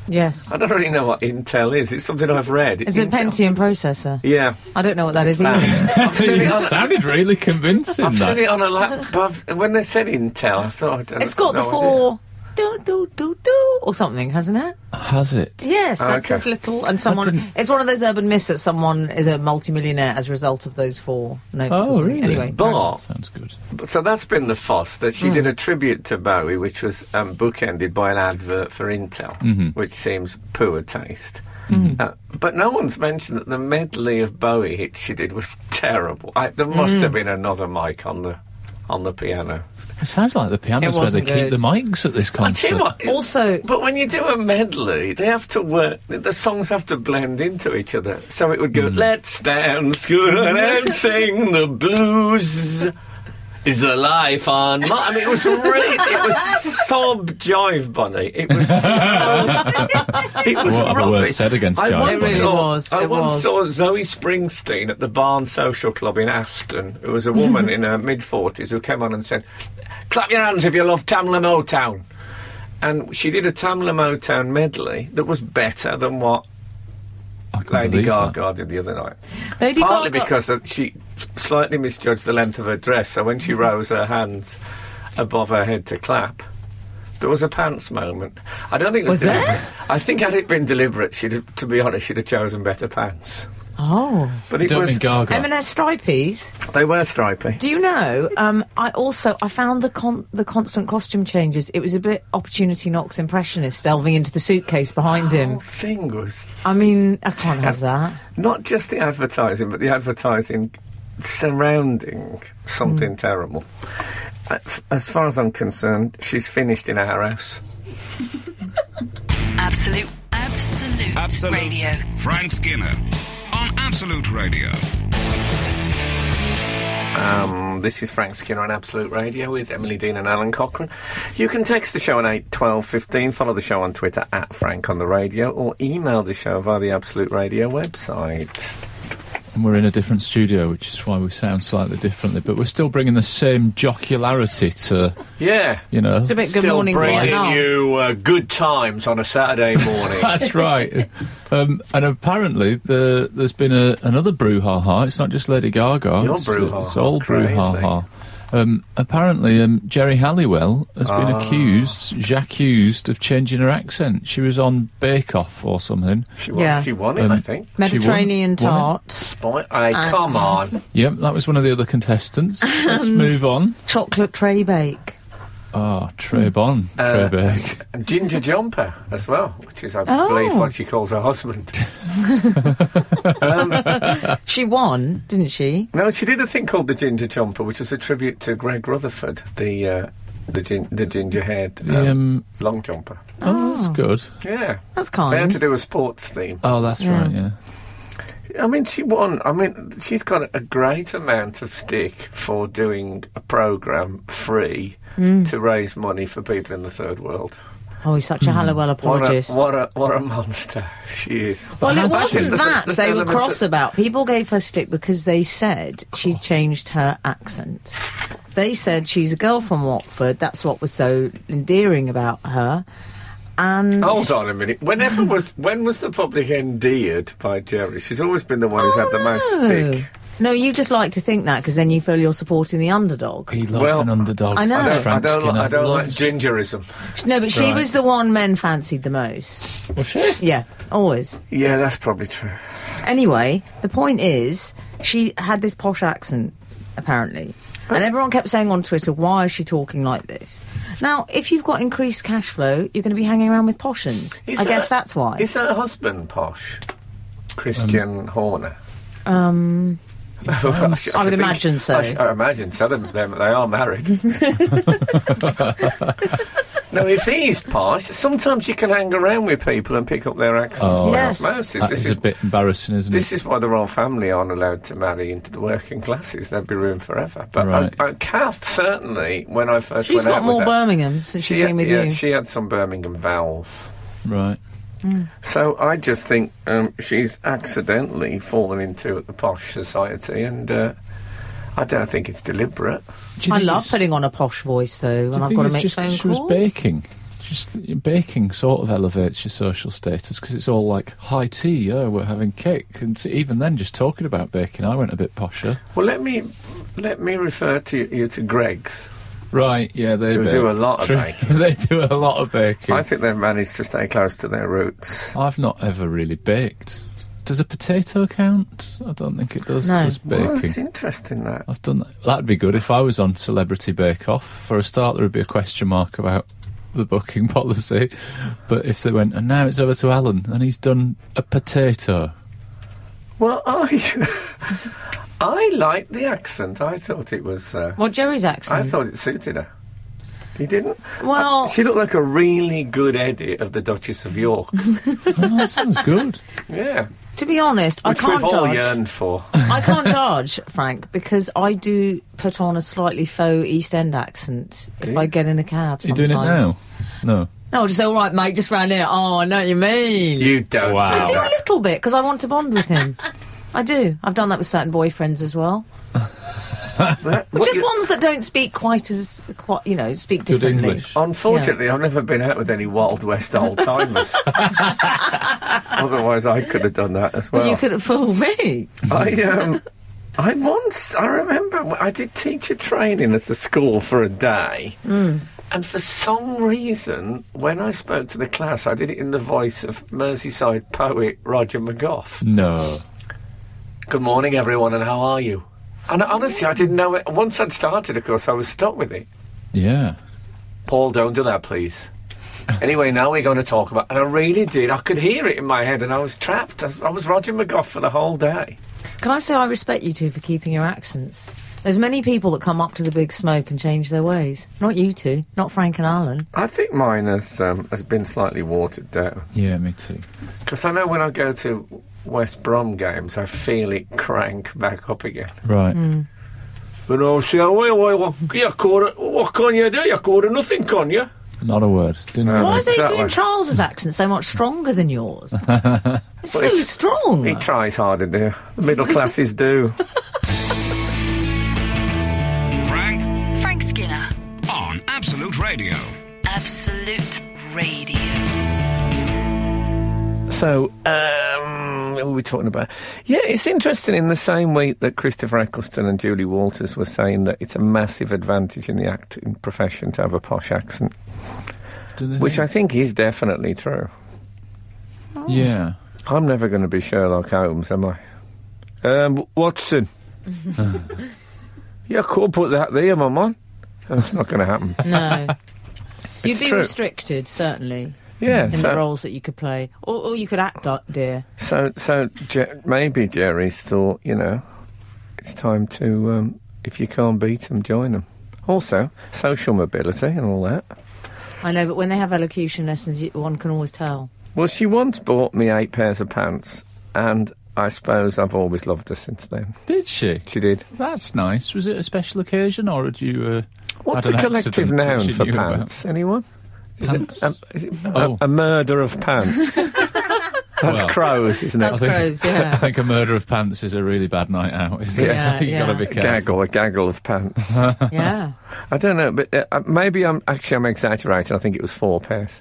Speaker 4: Yes.
Speaker 3: I don't really know what Intel is. It's something I've read.
Speaker 4: Is it
Speaker 3: Intel-
Speaker 4: Pentium processor?
Speaker 3: Yeah.
Speaker 4: I don't know what that is
Speaker 3: Um,
Speaker 4: either.
Speaker 3: I've seen
Speaker 5: You
Speaker 3: it on-
Speaker 5: sounded really convincing.
Speaker 3: I've
Speaker 5: that.
Speaker 3: seen it on a laptop. When they said Intel, I thought I don't
Speaker 4: It's got the
Speaker 3: no
Speaker 4: four do do do do or something, hasn't it?
Speaker 5: Has it?
Speaker 4: Yes,
Speaker 3: Oh,
Speaker 4: that's
Speaker 3: okay.
Speaker 4: his little. And someone,
Speaker 5: didn't-
Speaker 4: it's one of those urban myths that someone is a multimillionaire as a result of those four notes. or
Speaker 5: Oh,
Speaker 4: something.
Speaker 5: really?
Speaker 4: Anyway,
Speaker 3: But-
Speaker 5: Oh, sounds good.
Speaker 3: idea. So that's been the fuss that she did a tribute to Bowie, which was um, bookended by an advert for Intel, which seems poor taste. Uh, but no one's mentioned that the medley of Bowie hits she did was terrible. I, there must have been another mic on the on the piano.
Speaker 5: It sounds like the piano's where they
Speaker 4: wasn't
Speaker 5: keep
Speaker 4: good.
Speaker 5: the mics at this
Speaker 3: I tell
Speaker 5: concert.
Speaker 3: you what,
Speaker 4: Also-
Speaker 3: but when you do a medley, they have to work. The songs have to blend into each other. So it would go, "Let's dance, good and sing the blues." Is the life on? My-" I mean, it was really, it was sob jive bunny. It was, so- it was
Speaker 5: What other word
Speaker 3: rubbish.
Speaker 5: said against
Speaker 3: I
Speaker 5: Jive
Speaker 3: once
Speaker 5: Bunny? It really
Speaker 3: saw-
Speaker 4: was,
Speaker 3: I
Speaker 4: it
Speaker 3: once
Speaker 4: was.
Speaker 3: saw Zoe Springsteen at the Barn Social Club in Aston, who was a woman in her mid forties who came on and said, "Clap your hands if you love Tamla Motown." And she did a Tamla Motown medley that was better than what
Speaker 5: I can
Speaker 3: Lady
Speaker 5: believe
Speaker 3: Gaga
Speaker 5: that.
Speaker 3: did the other night.
Speaker 4: Lady
Speaker 3: Partly
Speaker 4: Gaga-
Speaker 3: because of- she slightly misjudged the length of her dress, so when she rose her hands above her head to clap, there was a pants moment. I don't think it was,
Speaker 4: Was there?
Speaker 3: deliberate. I think had it been deliberate, she'd have, to be honest, she'd have chosen better pants.
Speaker 4: oh,
Speaker 3: But
Speaker 5: You
Speaker 3: it
Speaker 5: don't mean
Speaker 3: was
Speaker 5: Gaga?
Speaker 4: M&S stripies.
Speaker 3: they were stripy.
Speaker 4: Do you know? Um, I also I found the con- the constant costume changes. It was a bit opportunity knocks impressionist delving into the suitcase behind
Speaker 3: The
Speaker 4: him.
Speaker 3: whole thing was
Speaker 4: I mean, I can't have that.
Speaker 3: not just the advertising, but the advertising surrounding something terrible. As- As far as I'm concerned, she's finished in our house.
Speaker 1: Absolute, absolute,
Speaker 2: Absolute.
Speaker 1: radio.
Speaker 2: Frank Skinner on Absolute Radio.
Speaker 3: Um, this is Frank Skinner on Absolute Radio with Emily Dean and Alan Cochrane. You can text the show on 8 12 15, follow the show on Twitter at Frank on the Radio, or email the show via the Absolute Radio website.
Speaker 5: And we're in a different studio, which is why we sound slightly differently, but we're still bringing the same jocularity to,
Speaker 3: Yeah.
Speaker 5: you know.
Speaker 4: It's a bit Good
Speaker 3: Still
Speaker 4: Morning
Speaker 3: bringing
Speaker 4: Vietnam.
Speaker 3: you uh, good times on a Saturday morning.
Speaker 5: That's right. um, and apparently, the, there's been a, another brouhaha. It's not just Lady Gaga.
Speaker 3: Your
Speaker 5: it's,
Speaker 3: brouhaha,
Speaker 5: It's all
Speaker 3: crazy.
Speaker 5: brouhaha. Um, apparently, um, Jerry Halliwell has been
Speaker 3: Ah.
Speaker 5: accused, accused of changing her accent. She was on Bake Off or something.
Speaker 3: she, won,
Speaker 4: Yeah. Mm.
Speaker 3: she won it,
Speaker 5: Um,
Speaker 3: I think.
Speaker 4: Mediterranean
Speaker 5: won it.
Speaker 4: tart,
Speaker 3: Spy- Hey,
Speaker 4: Uh.
Speaker 3: come on.
Speaker 5: Yep, that was one of the other contestants. Let's move on.
Speaker 4: chocolate tray bake.
Speaker 5: Ah, Trey Bon.
Speaker 3: Uh,
Speaker 5: Trey Bake.
Speaker 3: And Ginger Jumper as well, which is, I
Speaker 4: Oh.
Speaker 3: believe, what she calls her husband. Um,
Speaker 4: She won, didn't she?
Speaker 3: No, she did a thing called the Ginger Jumper, which was a tribute to Greg Rutherford, the uh, the, gin- the ginger-haired um,
Speaker 5: The, um,
Speaker 3: long jumper.
Speaker 5: oh, that's good.
Speaker 3: Yeah,
Speaker 4: That's
Speaker 3: they had to
Speaker 4: kind.
Speaker 3: do a sports theme.
Speaker 5: Oh, that's
Speaker 4: Yeah.
Speaker 5: right, yeah.
Speaker 3: I mean, she won. I mean, she's got a great amount of stick for doing a program free
Speaker 4: Mm.
Speaker 3: to raise money for people in the third world.
Speaker 4: Oh, he's such a Halliwell
Speaker 3: Hmm. What a,
Speaker 4: apologist.
Speaker 3: what a what a monster she is.
Speaker 4: Well, it
Speaker 5: That's
Speaker 4: wasn't
Speaker 5: true.
Speaker 4: that
Speaker 3: There's
Speaker 4: they were
Speaker 3: elements
Speaker 4: cross
Speaker 3: of-
Speaker 4: about. People gave her stick because they said she changed her accent. They said she's a girl from Watford. That's what was so endearing about her. And
Speaker 3: Hold on a minute. Whenever was when was the public endeared by Jerry? She's always been the one who's had the most
Speaker 4: no.
Speaker 3: stick.
Speaker 4: Oh. No, you just like to think that because then you feel you're supporting the underdog.
Speaker 5: He loves
Speaker 3: Well,
Speaker 5: an underdog.
Speaker 4: I know.
Speaker 5: Frank
Speaker 3: I don't,
Speaker 5: Skinner
Speaker 3: I don't like
Speaker 5: loves-
Speaker 3: gingerism.
Speaker 4: No, but she
Speaker 5: Right.
Speaker 4: was the one men fancied the most.
Speaker 5: Was she?
Speaker 4: Yeah, always.
Speaker 3: Yeah, that's probably true.
Speaker 4: Anyway, the point is, she had this posh accent, apparently. And everyone kept saying on Twitter, why is she talking like this? Now, if you've got increased cash flow, you're going to be hanging around with poshans. I guess that's why.
Speaker 3: Is her husband posh? Christian Horner.
Speaker 4: um,
Speaker 3: I, should-
Speaker 4: I would
Speaker 3: should think-
Speaker 4: imagine so.
Speaker 3: I, should- I imagine so. They, they, they are married. now, if he's posh, sometimes you can hang around with people and pick up their accents by
Speaker 5: Oh,
Speaker 4: Yes.
Speaker 3: osmosis.
Speaker 5: That
Speaker 3: This
Speaker 5: is
Speaker 3: is,
Speaker 5: a bit embarrassing, isn't
Speaker 3: this
Speaker 5: it?
Speaker 3: is why the royal family aren't allowed to marry into the working classes. There'd be room forever. But
Speaker 5: Right.
Speaker 3: I, I, Kath, certainly, when I first
Speaker 4: she's
Speaker 3: went
Speaker 4: got
Speaker 3: out with
Speaker 4: more
Speaker 3: her,
Speaker 4: Birmingham since she's
Speaker 3: she,
Speaker 4: been with
Speaker 3: yeah,
Speaker 4: you.
Speaker 3: she had some Birmingham vowels.
Speaker 5: Right.
Speaker 3: So I just think um, she's accidentally fallen into the posh society, and uh, I don't think it's deliberate.
Speaker 5: Do you
Speaker 4: I
Speaker 5: think
Speaker 4: love
Speaker 5: it's-
Speaker 4: putting on a posh voice though
Speaker 5: do
Speaker 4: when
Speaker 5: you
Speaker 4: I've
Speaker 5: think
Speaker 4: got to
Speaker 5: it's
Speaker 4: make
Speaker 5: just 'cause
Speaker 4: phone
Speaker 5: she was
Speaker 4: calls.
Speaker 5: baking. Just baking sort of elevates your social status because it's all like high tea. Yeah, we're having cake, and so even then, just talking about baking, I went a bit posher.
Speaker 3: Well, let me let me refer to you to Greg's.
Speaker 5: Right? Yeah, they
Speaker 3: Who
Speaker 5: bake.
Speaker 3: do a lot of
Speaker 5: True.
Speaker 3: baking.
Speaker 5: they do a lot of baking.
Speaker 3: I think they've managed to stay close to their roots.
Speaker 5: I've not ever really baked. Does a potato count? I don't think it does.
Speaker 4: No.
Speaker 5: as baking.
Speaker 3: Well, that's interesting. That
Speaker 5: I've done that. That'd be good if I was on Celebrity Bake Off. For a start, there would be a question mark about the booking policy. But if they went, and now it's over to Alan, and he's done a potato.
Speaker 3: well, I I liked the accent. I thought it was. Uh,
Speaker 4: Well, Jerry's
Speaker 3: I
Speaker 4: accent.
Speaker 3: thought it suited her. You didn't?
Speaker 4: well,
Speaker 3: She looked like a really good edit of the Duchess of York.
Speaker 5: Oh, that sounds good.
Speaker 3: yeah,
Speaker 4: to be honest, I
Speaker 3: which
Speaker 4: can't
Speaker 3: we've all
Speaker 4: judge.
Speaker 3: yearned for.
Speaker 4: I can't judge, Frank, because I do put on a slightly faux East End accent if
Speaker 3: you?
Speaker 4: I get in a cab.
Speaker 5: Are you doing it
Speaker 4: sometimes.
Speaker 5: now? No.
Speaker 4: No, I'll just say, all right, mate, just round here. Oh, I know what you mean.
Speaker 3: You don't.
Speaker 5: Wow.
Speaker 4: I
Speaker 3: do
Speaker 4: do a
Speaker 3: that.
Speaker 4: little bit because I want to bond with him. I do. I've done that with certain boyfriends as well.
Speaker 3: That- what
Speaker 4: Just
Speaker 3: you-
Speaker 4: ones that don't speak quite as, quite, you know, speak
Speaker 5: Good
Speaker 4: differently.
Speaker 5: English.
Speaker 3: Oh. Unfortunately, I've never been out with any Wild West old timers. Otherwise, I could have done that as well.
Speaker 4: Well, you couldn't fool me.
Speaker 3: I um, I once I remember w- I did teacher training at a school for a day, and for some reason, when I spoke to the class, I did it in the voice of Merseyside poet Roger McGough.
Speaker 5: No.
Speaker 3: Good morning, everyone, and how are you? And honestly, I didn't know it. Once I'd started, of course, I was stuck with it.
Speaker 5: Yeah.
Speaker 3: Paul, don't do that, please. Anyway, now we're going to talk about, and I really did. I could hear it in my head, and I was trapped. I was, I was Roger McGough for the whole day.
Speaker 4: Can I say I respect you two for keeping your accents? There's many people that come up to the big smoke and change their ways. Not you two, not Frank and Alan.
Speaker 3: I think mine has um, has been slightly watered down
Speaker 5: Yeah, me too.
Speaker 3: because I know when I go to West Brom games, I feel it crank back up again.
Speaker 5: Right.
Speaker 3: Hmm. And I'll say, "Well, well, well, you caught it. What can you do? You caught it nothing, can you?"
Speaker 5: Not a word. Didn't
Speaker 3: No.
Speaker 5: really-
Speaker 4: Why is
Speaker 3: exactly.
Speaker 4: Adrian Charles's accent so much stronger than yours? it's so
Speaker 3: it's-
Speaker 4: strong.
Speaker 3: He tries harder, dear. The middle classes do.
Speaker 2: Frank
Speaker 1: Frank Skinner.
Speaker 2: on Absolute Radio.
Speaker 1: Absolute Radio.
Speaker 3: So, um, what were we talking about? Yeah, it's interesting in the same way that Christopher Eccleston and Julie Walters were saying that it's a massive advantage in the acting profession to have a posh accent,
Speaker 5: Do they
Speaker 3: which I think is definitely true.
Speaker 5: Yeah.
Speaker 3: I'm never going to be Sherlock Holmes, am I? Um, Watson. yeah, could put that there, my man. That's not going to happen.
Speaker 4: No. You'd
Speaker 3: It's
Speaker 4: be
Speaker 3: true.
Speaker 4: restricted, certainly,
Speaker 3: Yeah,
Speaker 4: in the
Speaker 3: so,
Speaker 4: roles that you could play. Or, or you could act, uh, dear.
Speaker 3: so so Je- maybe Jerry's thought, you know, it's time to um, if you can't beat them, join them. Also, social mobility and all that.
Speaker 4: I know, but when they have elocution lessons, you, one can always tell.
Speaker 3: Well, she once bought me eight pairs of pants, and I suppose I've always loved her since then.
Speaker 5: Did she?
Speaker 3: She did.
Speaker 5: That's nice. Was it a special occasion, or did you? Uh,
Speaker 3: What's
Speaker 5: had
Speaker 3: a
Speaker 5: an
Speaker 3: collective
Speaker 5: accident that
Speaker 3: noun
Speaker 5: she
Speaker 3: for
Speaker 5: knew about?
Speaker 3: pants? Anyone?
Speaker 5: Pants.
Speaker 3: Um, is it a-
Speaker 5: Oh.
Speaker 3: a, murder of pants? That's
Speaker 5: Well.
Speaker 3: crows, isn't
Speaker 5: I
Speaker 4: That's
Speaker 3: it?
Speaker 5: think-
Speaker 4: gross, yeah.
Speaker 5: I think a murder of pants is a really bad night out, isn't
Speaker 4: Yeah,
Speaker 5: it? you got to
Speaker 4: yeah.
Speaker 5: be
Speaker 3: A
Speaker 5: careful.
Speaker 3: gaggle, a gaggle of pants.
Speaker 5: Uh-huh.
Speaker 4: yeah.
Speaker 3: I don't know, but uh, uh, maybe I'm actually I'm exaggerating. I think it was four pairs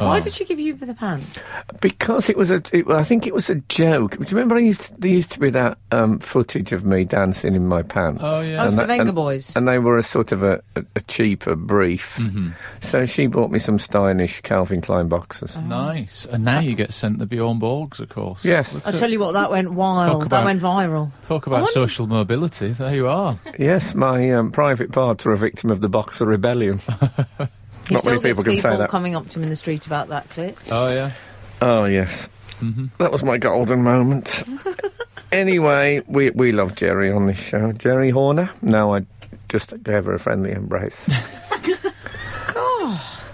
Speaker 5: Oh.
Speaker 4: Why did she give you the pants?
Speaker 3: because it was a. It, I think it was a joke. Do you remember? I used to, there used to be that um, footage of me dancing in my pants.
Speaker 5: Oh, yeah.
Speaker 4: Oh, it's the
Speaker 3: that-
Speaker 4: Venga Boys.
Speaker 3: and they were a sort of a, a, a cheaper brief.
Speaker 5: Mm-hmm.
Speaker 3: So she bought me some stylish Calvin Klein boxers.
Speaker 4: Uh-huh.
Speaker 5: Nice. And now you get sent the Bjorn Borgs, of course.
Speaker 3: Yes.
Speaker 4: I'll tell you what, that went wild.
Speaker 5: about-
Speaker 4: That went viral.
Speaker 5: Talk about social mobility. There you are.
Speaker 3: Yes, my um, private parts are a victim of the Boxer Rebellion. Not many
Speaker 4: Still gets
Speaker 3: people can say that.
Speaker 4: coming up to him in the street about that clip.
Speaker 5: Oh, yeah.
Speaker 3: oh, yes.
Speaker 4: Mm-hmm.
Speaker 3: That was my golden moment. anyway, we, we love Jerry on this show. Jerry Horner? No, I just gave her a friendly embrace.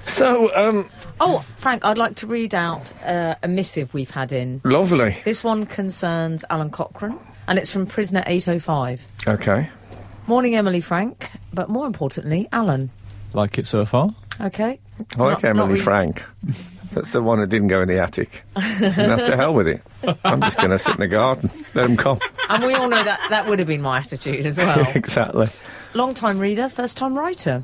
Speaker 3: So, um,
Speaker 4: Oh, Frank, I'd like to read out uh, a missive we've had in.
Speaker 3: lovely.
Speaker 4: This one concerns Alan Cochrane, and it's from Prisoner 805.
Speaker 3: Okay.
Speaker 4: Morning, Emily Frank, but more importantly, Alan.
Speaker 5: Like it so far?
Speaker 4: Okay?
Speaker 3: I like
Speaker 4: Not- not
Speaker 3: Emily
Speaker 4: really-
Speaker 3: Frank. That's the one who didn't go in the attic. Now to hell with it. I'm just going to sit in the garden. Let them come.
Speaker 4: and we all know that that would have been my attitude as well.
Speaker 3: exactly.
Speaker 4: Long time reader, first time writer.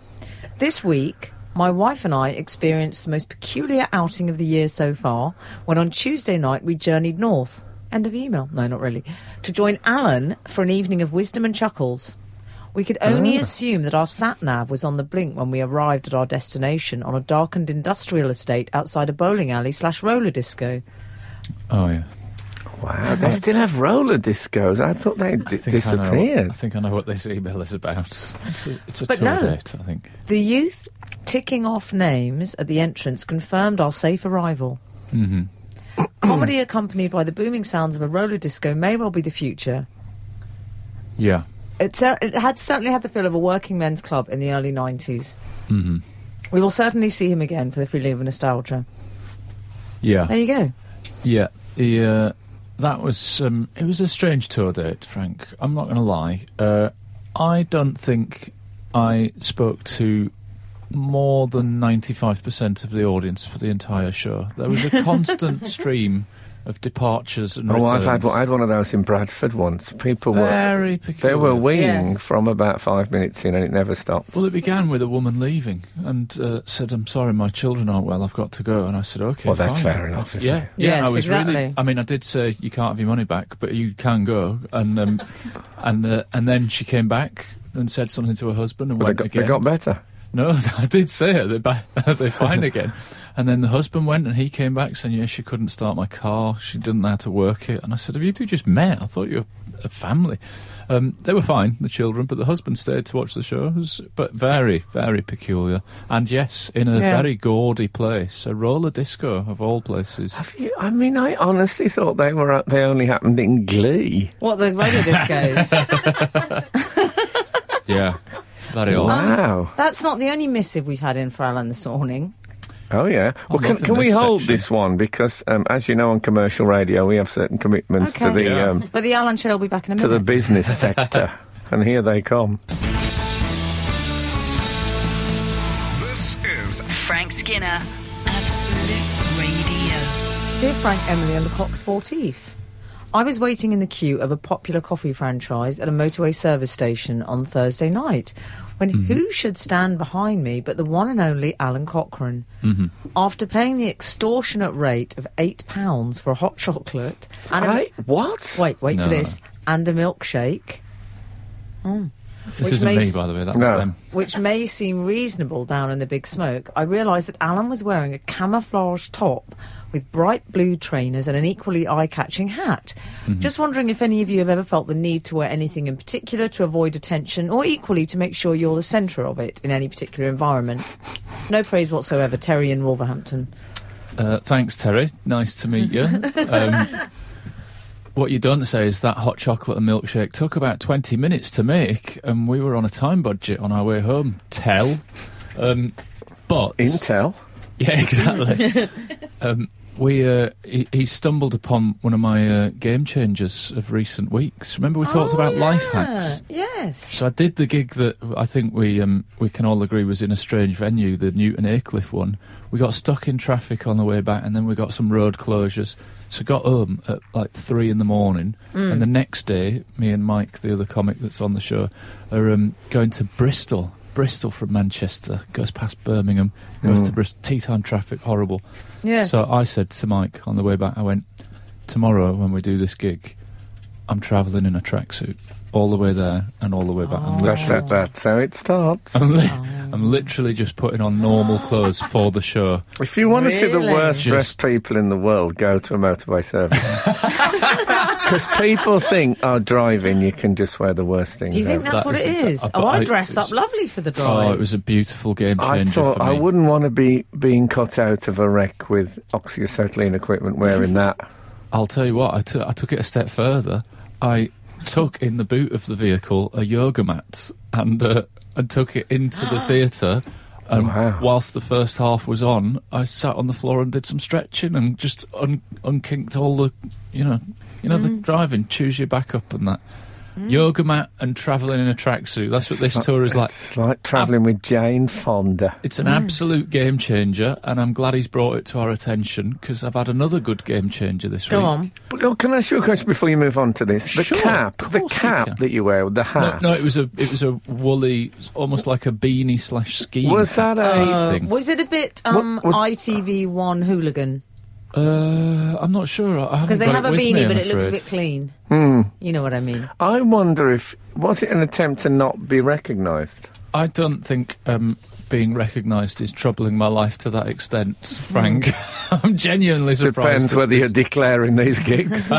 Speaker 4: This week, my wife and I experienced the most peculiar outing of the year so far when on Tuesday night we journeyed north. End of the email. No, not really. To join Alan for an evening of wisdom and chuckles. We could only assume that our sat nav was on the blink when we arrived at our destination on a darkened industrial estate outside a bowling alley slash roller disco.
Speaker 5: Oh yeah,
Speaker 3: Wow, they still have roller discos. I thought they
Speaker 5: I
Speaker 3: d-
Speaker 5: think I, know,
Speaker 3: disappeared.
Speaker 5: I think I know what this email is about. It's a, it's a
Speaker 4: But
Speaker 5: tour
Speaker 4: no.
Speaker 5: date, I think.
Speaker 4: The youth ticking off names at the entrance confirmed our safe arrival. Mm-hmm. Comedy accompanied by the booming sounds of a roller disco may well be the future.
Speaker 5: Yeah,
Speaker 4: It, cer- it had certainly had the feel of a working men's club in the early 90s. Mm-hmm. We will certainly see him again for the feeling of nostalgia.
Speaker 5: yeah.
Speaker 4: There you go.
Speaker 5: Yeah, the uh, that was um, it was a strange tour date, Frank. I'm not going to lie. Uh, I don't think I spoke to more than 95% of the audience for the entire show. There was a constant stream of departures and
Speaker 3: Oh, I've
Speaker 5: returns.
Speaker 3: had, one- I had one of those in Bradford once. People were.
Speaker 5: Very
Speaker 3: They
Speaker 5: peculiar.
Speaker 3: were weeing
Speaker 4: Yes.
Speaker 3: from about five minutes in and it never stopped.
Speaker 5: Well, it began with a woman leaving and uh, said, "I'm sorry, my children aren't well. I've got to go." And I said, "Okay."
Speaker 3: Well, that's
Speaker 5: fine."
Speaker 3: fair enough, isn't
Speaker 5: Yeah,
Speaker 3: it?
Speaker 5: yeah.
Speaker 4: Yes,
Speaker 5: I was
Speaker 4: exactly.
Speaker 5: really. I mean, I did say you can't have your money back, but you can go. And um, and uh, and then she came back and said something to her husband and
Speaker 3: But they
Speaker 5: went
Speaker 3: got,
Speaker 5: again.
Speaker 3: they got better.
Speaker 5: no, I did say it. They're, back, they're fine again. And then the husband went and he came back saying, "Yeah, she couldn't start my car. She didn't know how to work it." And I said, "Have you two just met? I thought you were a family." Um, they were fine, the children, but the husband stayed to watch the shows. But very, very peculiar. And yes, in a
Speaker 4: Yeah.
Speaker 5: very gaudy place, a roller disco of all places.
Speaker 3: Have you- I mean, I honestly thought they were. They only happened in Glee.
Speaker 4: What, the roller discos?
Speaker 5: Yeah, very odd.
Speaker 3: Wow.
Speaker 4: That's not the only missive we've had in for Alan this morning.
Speaker 3: Oh yeah. Well, can,
Speaker 5: loving
Speaker 3: can we
Speaker 5: this
Speaker 3: hold
Speaker 5: section.
Speaker 3: this one because, um, as you know, on commercial radio, we have certain commitments to
Speaker 4: Okay.
Speaker 3: the
Speaker 5: Yeah.
Speaker 3: um,
Speaker 4: But the Alan show will be back in a
Speaker 3: to the
Speaker 4: minute.
Speaker 3: business sector, and here they come.
Speaker 2: This is
Speaker 1: Frank Skinner, Absolute Radio.
Speaker 4: Dear Frank, Emily, and the Coq Sportif. I was waiting in the queue of a popular coffee franchise at a motorway service station on Thursday night when who should stand behind me but the one and only Alan Cochrane. After paying the extortionate rate of £8 for a hot chocolate and
Speaker 3: Right?
Speaker 4: a,
Speaker 3: What?
Speaker 4: wait, wait for
Speaker 5: No.
Speaker 4: this, and a milkshake,
Speaker 5: This
Speaker 4: which
Speaker 5: isn't me,
Speaker 4: makes-
Speaker 5: by the way. That was
Speaker 3: No.
Speaker 5: them.
Speaker 4: which may seem reasonable down in the big smoke, I realised that Alan was wearing a camouflage top with bright blue trainers and an equally eye catching hat.
Speaker 5: Mm-hmm.
Speaker 4: Just wondering if any of you have ever felt the need to wear anything in particular to avoid attention or equally to make sure you're the centre of it in any particular environment. No praise whatsoever, Terry in Wolverhampton.
Speaker 5: Uh, thanks, Terry. Nice to meet you. um, what you don't say is that hot chocolate and milkshake took about 20 minutes to make, and we were on a time budget on our way home. Tell. Um, but.
Speaker 3: Intel.
Speaker 5: Yeah, exactly. um, we uh, he, he stumbled upon one of my uh, game changers of recent weeks. Remember, we talked
Speaker 4: Oh,
Speaker 5: about life
Speaker 4: yeah.
Speaker 5: hacks.
Speaker 4: Yes.
Speaker 5: So I did the gig that I think we um, we can all agree was in a strange venue, the Newton Aycliffe one. We got stuck in traffic on the way back, and then we got some road closures. So got home at like three in the morning, and the next day, me and Mike, the other comic that's on the show, are um, going to Bristol. Bristol from Manchester goes past Birmingham, goes to Bristol. Tea time traffic, horrible.
Speaker 4: Yes.
Speaker 5: So I said to Mike on the way back, I went, tomorrow when we do this gig, I'm travelling in a tracksuit all the way there and all the way back. I'm,
Speaker 3: That's that.
Speaker 5: literally,
Speaker 3: That's how it starts.
Speaker 5: I'm, li- I'm literally just putting on normal clothes for the show.
Speaker 3: If you want to see the
Speaker 4: Really?
Speaker 3: worst
Speaker 5: Just-
Speaker 3: dressed people in the world, go to a motorway service. Because people think, oh, driving, you can just wear the worst things.
Speaker 4: Do you think
Speaker 3: ever."
Speaker 4: that's
Speaker 5: oh, That
Speaker 4: what it
Speaker 5: isn't-
Speaker 4: is?
Speaker 5: uh, but
Speaker 4: oh, I,
Speaker 5: I-
Speaker 4: dress up
Speaker 5: it's-
Speaker 4: lovely for the drive.
Speaker 5: Oh, it was a beautiful game changer.
Speaker 3: I thought
Speaker 5: for me.
Speaker 3: I wouldn't want to be being cut out of a wreck with oxyacetylene equipment wearing that.
Speaker 5: I'll tell you what, I took- I took it a step further. I took in the boot of the vehicle a yoga mat and, uh, and took it into the theatre. And
Speaker 3: Wow.
Speaker 5: whilst the first half was on, I sat on the floor and did some stretching and
Speaker 4: Mm.
Speaker 5: just un- unkinked all the, you know, you know, the driving, choose your back up and that. yoga mat, and travelling in a tracksuit. That's what this tour is like.
Speaker 3: It's like travelling with Jane Fonda.
Speaker 5: It's
Speaker 4: Mm.
Speaker 5: an absolute game changer, and I'm glad he's brought it to our attention because I've had another good game changer this
Speaker 4: Go
Speaker 5: week.
Speaker 4: on.
Speaker 3: But look, can I ask you a question before you move on to this? The
Speaker 5: Sure,
Speaker 3: cap,
Speaker 5: of
Speaker 3: the
Speaker 5: course you
Speaker 3: cap
Speaker 5: can.
Speaker 3: that you wear with the
Speaker 5: No,
Speaker 3: hat.
Speaker 5: no, it was a it was a woolly, almost like a beanie slash ski.
Speaker 3: Was that a-
Speaker 4: Uh,
Speaker 5: thing?
Speaker 4: was it a bit um,
Speaker 3: was-
Speaker 4: ITV1 hooligan?
Speaker 5: Uh, I'm not sure. I haven't
Speaker 4: Because they
Speaker 5: got
Speaker 4: have
Speaker 5: it
Speaker 4: a
Speaker 5: with
Speaker 4: beanie,
Speaker 5: me, I'm
Speaker 4: but it looks a
Speaker 5: afraid.
Speaker 4: bit clean.
Speaker 3: Hmm.
Speaker 4: You know what I mean?
Speaker 3: I wonder if was it an attempt to not be recognised.
Speaker 5: I don't think um, being recognised is troubling my life to that extent, Frank.
Speaker 4: Hmm.
Speaker 5: I'm genuinely surprised.
Speaker 3: Depends
Speaker 5: that
Speaker 3: whether you're
Speaker 5: this-
Speaker 3: declaring these gigs.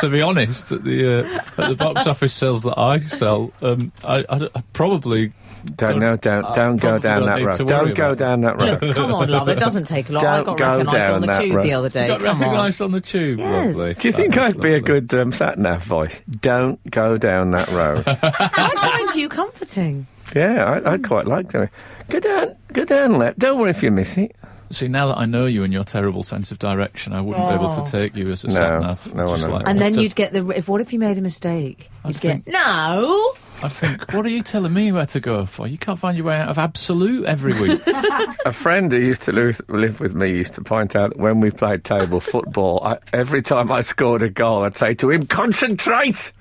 Speaker 5: to be honest, at the uh, at the box office sales that I sell, um, I, I d- I probably
Speaker 3: don't know. Don't
Speaker 5: I
Speaker 3: don't go
Speaker 5: probably
Speaker 3: down
Speaker 5: don't
Speaker 3: that
Speaker 5: need to
Speaker 3: road.
Speaker 5: worry
Speaker 3: Don't go
Speaker 5: about
Speaker 3: down that
Speaker 4: Look,
Speaker 3: road.
Speaker 4: come on, love. It doesn't take long. I
Speaker 3: Don't
Speaker 4: got
Speaker 3: go
Speaker 4: recognised
Speaker 3: down
Speaker 4: on the
Speaker 3: that
Speaker 4: tube
Speaker 3: road.
Speaker 4: the other day.
Speaker 5: got
Speaker 4: Come on.
Speaker 5: recognised on the tube.
Speaker 4: Yes.
Speaker 5: Lovely.
Speaker 3: Do you
Speaker 5: That
Speaker 3: think
Speaker 5: is
Speaker 3: I'd be a
Speaker 5: lovely.
Speaker 3: good um, sat nav voice? Don't go down that road.
Speaker 4: I find you comforting.
Speaker 3: yeah, I, I quite like doing. it. Go down, go down left. Don't worry if you miss it.
Speaker 5: See, now that I know you and your terrible sense of direction, I wouldn't be able
Speaker 4: Oh.
Speaker 5: to take you as a
Speaker 3: No,
Speaker 5: sat nav.
Speaker 3: no, I
Speaker 5: Just
Speaker 3: know.
Speaker 5: like,
Speaker 4: And
Speaker 5: what
Speaker 4: then
Speaker 5: does-
Speaker 4: you'd get the. If, what if you made a mistake? You'd
Speaker 5: I'd
Speaker 4: get. No!
Speaker 5: I think, what are you telling me where to go for? You can't find your way out of absolute every week.
Speaker 3: A friend who used to live, live with me used to point out that when we played table football, I, every time I scored a goal, I'd say to him, "Concentrate."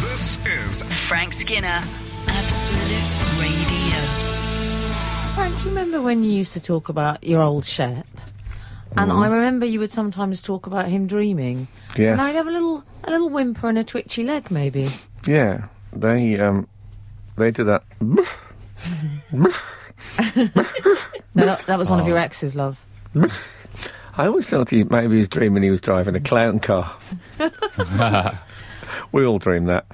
Speaker 2: This is
Speaker 1: Frank Skinner, Absolute Radio.
Speaker 4: Frank, do you remember when you used to talk about your old Shep? And I remember you would sometimes talk about him dreaming.
Speaker 3: Mm-hmm. Yes.
Speaker 4: And I'd have a little, a little whimper and a twitchy leg, maybe.
Speaker 3: Yeah, they um, they do that.
Speaker 4: No, that, that was
Speaker 3: Oh.
Speaker 4: one of your exes, love.
Speaker 3: I always thought he maybe he was dreaming he was driving a clown car. we all dream that.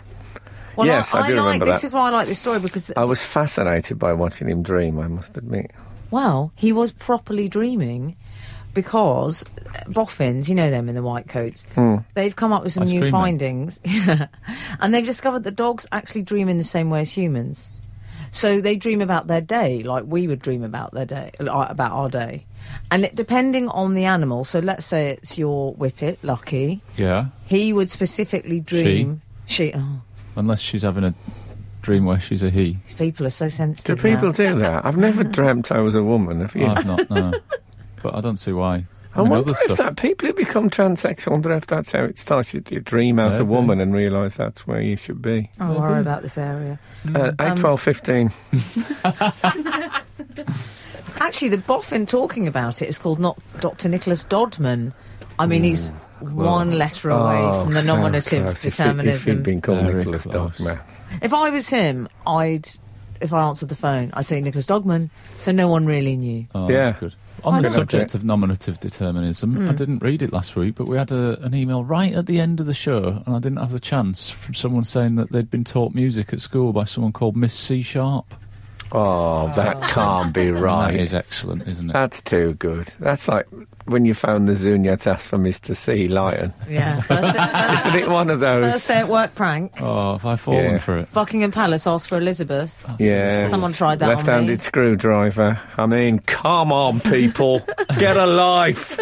Speaker 4: Well,
Speaker 3: Yes, I do
Speaker 4: like,
Speaker 3: remember
Speaker 4: This
Speaker 3: that.
Speaker 4: is why I like this story because,
Speaker 3: I was fascinated by watching him dream. I must admit.
Speaker 4: well, he was properly dreaming because boffins, you know them in the white coats, they've come up with some
Speaker 5: Ice
Speaker 4: new
Speaker 5: cream man.
Speaker 4: findings. and they've discovered that dogs actually dream in the same way as humans. So they dream about their day, like we would dream about their day, uh, about our day. And it, depending on the animal, so let's say it's your whippet, Lucky,
Speaker 5: yeah,
Speaker 4: he would specifically dream. She, oh,
Speaker 5: unless she's having a dream where she's a he.
Speaker 4: these people are so
Speaker 3: Do
Speaker 4: sensitive. now.
Speaker 3: people do that? I've never dreamt I was a woman. Have you?
Speaker 5: I've not, no. But I don't see why.
Speaker 3: I wonder if that people who become transsexual I wonder if that's how it starts. You, you dream as a
Speaker 5: Maybe.
Speaker 3: woman and realise that's where you should be.
Speaker 4: I
Speaker 5: Mm-hmm.
Speaker 4: worry about this area.
Speaker 3: Uh, eight, twelve, fifteen.
Speaker 4: Actually, the boffin talking about it is called not Dr. Nicholas Dodman. I mean, he's one letter away
Speaker 3: Oh,
Speaker 4: from the
Speaker 3: so
Speaker 4: nominative
Speaker 3: close. If he- If
Speaker 4: determinism.
Speaker 3: he'd been called
Speaker 5: Very
Speaker 3: Nicholas
Speaker 5: close.
Speaker 3: Dogma.
Speaker 4: If I was him, I'd. If I answered the phone, I'd say Nicholas Dogman, so no one really knew.
Speaker 5: Oh,
Speaker 3: Yeah.
Speaker 5: that's good. On the
Speaker 3: don't-
Speaker 5: subject of nominative determinism,
Speaker 4: Hmm.
Speaker 5: I didn't read it last week, but we had a, an email right at the end of the show, and I didn't have the chance from someone saying that they'd been taught music at school by someone called Miss C Sharp.
Speaker 3: Oh, that can't be
Speaker 5: Right. That
Speaker 3: right. Uh,
Speaker 5: is excellent, isn't it?
Speaker 3: That's too good. That's like when you found the Zunyat asked for Mr. C. Lion.
Speaker 4: Yeah. First day,
Speaker 3: Isn't it one of
Speaker 4: first
Speaker 3: those?
Speaker 4: day at work prank.
Speaker 5: Oh, have I fallen
Speaker 3: Yeah.
Speaker 5: for it?
Speaker 4: Buckingham Palace asked for Elizabeth.
Speaker 3: Oh, Yeah.
Speaker 4: Someone tried that on me.
Speaker 3: Left-handed screwdriver. I mean, come on, people, get a life.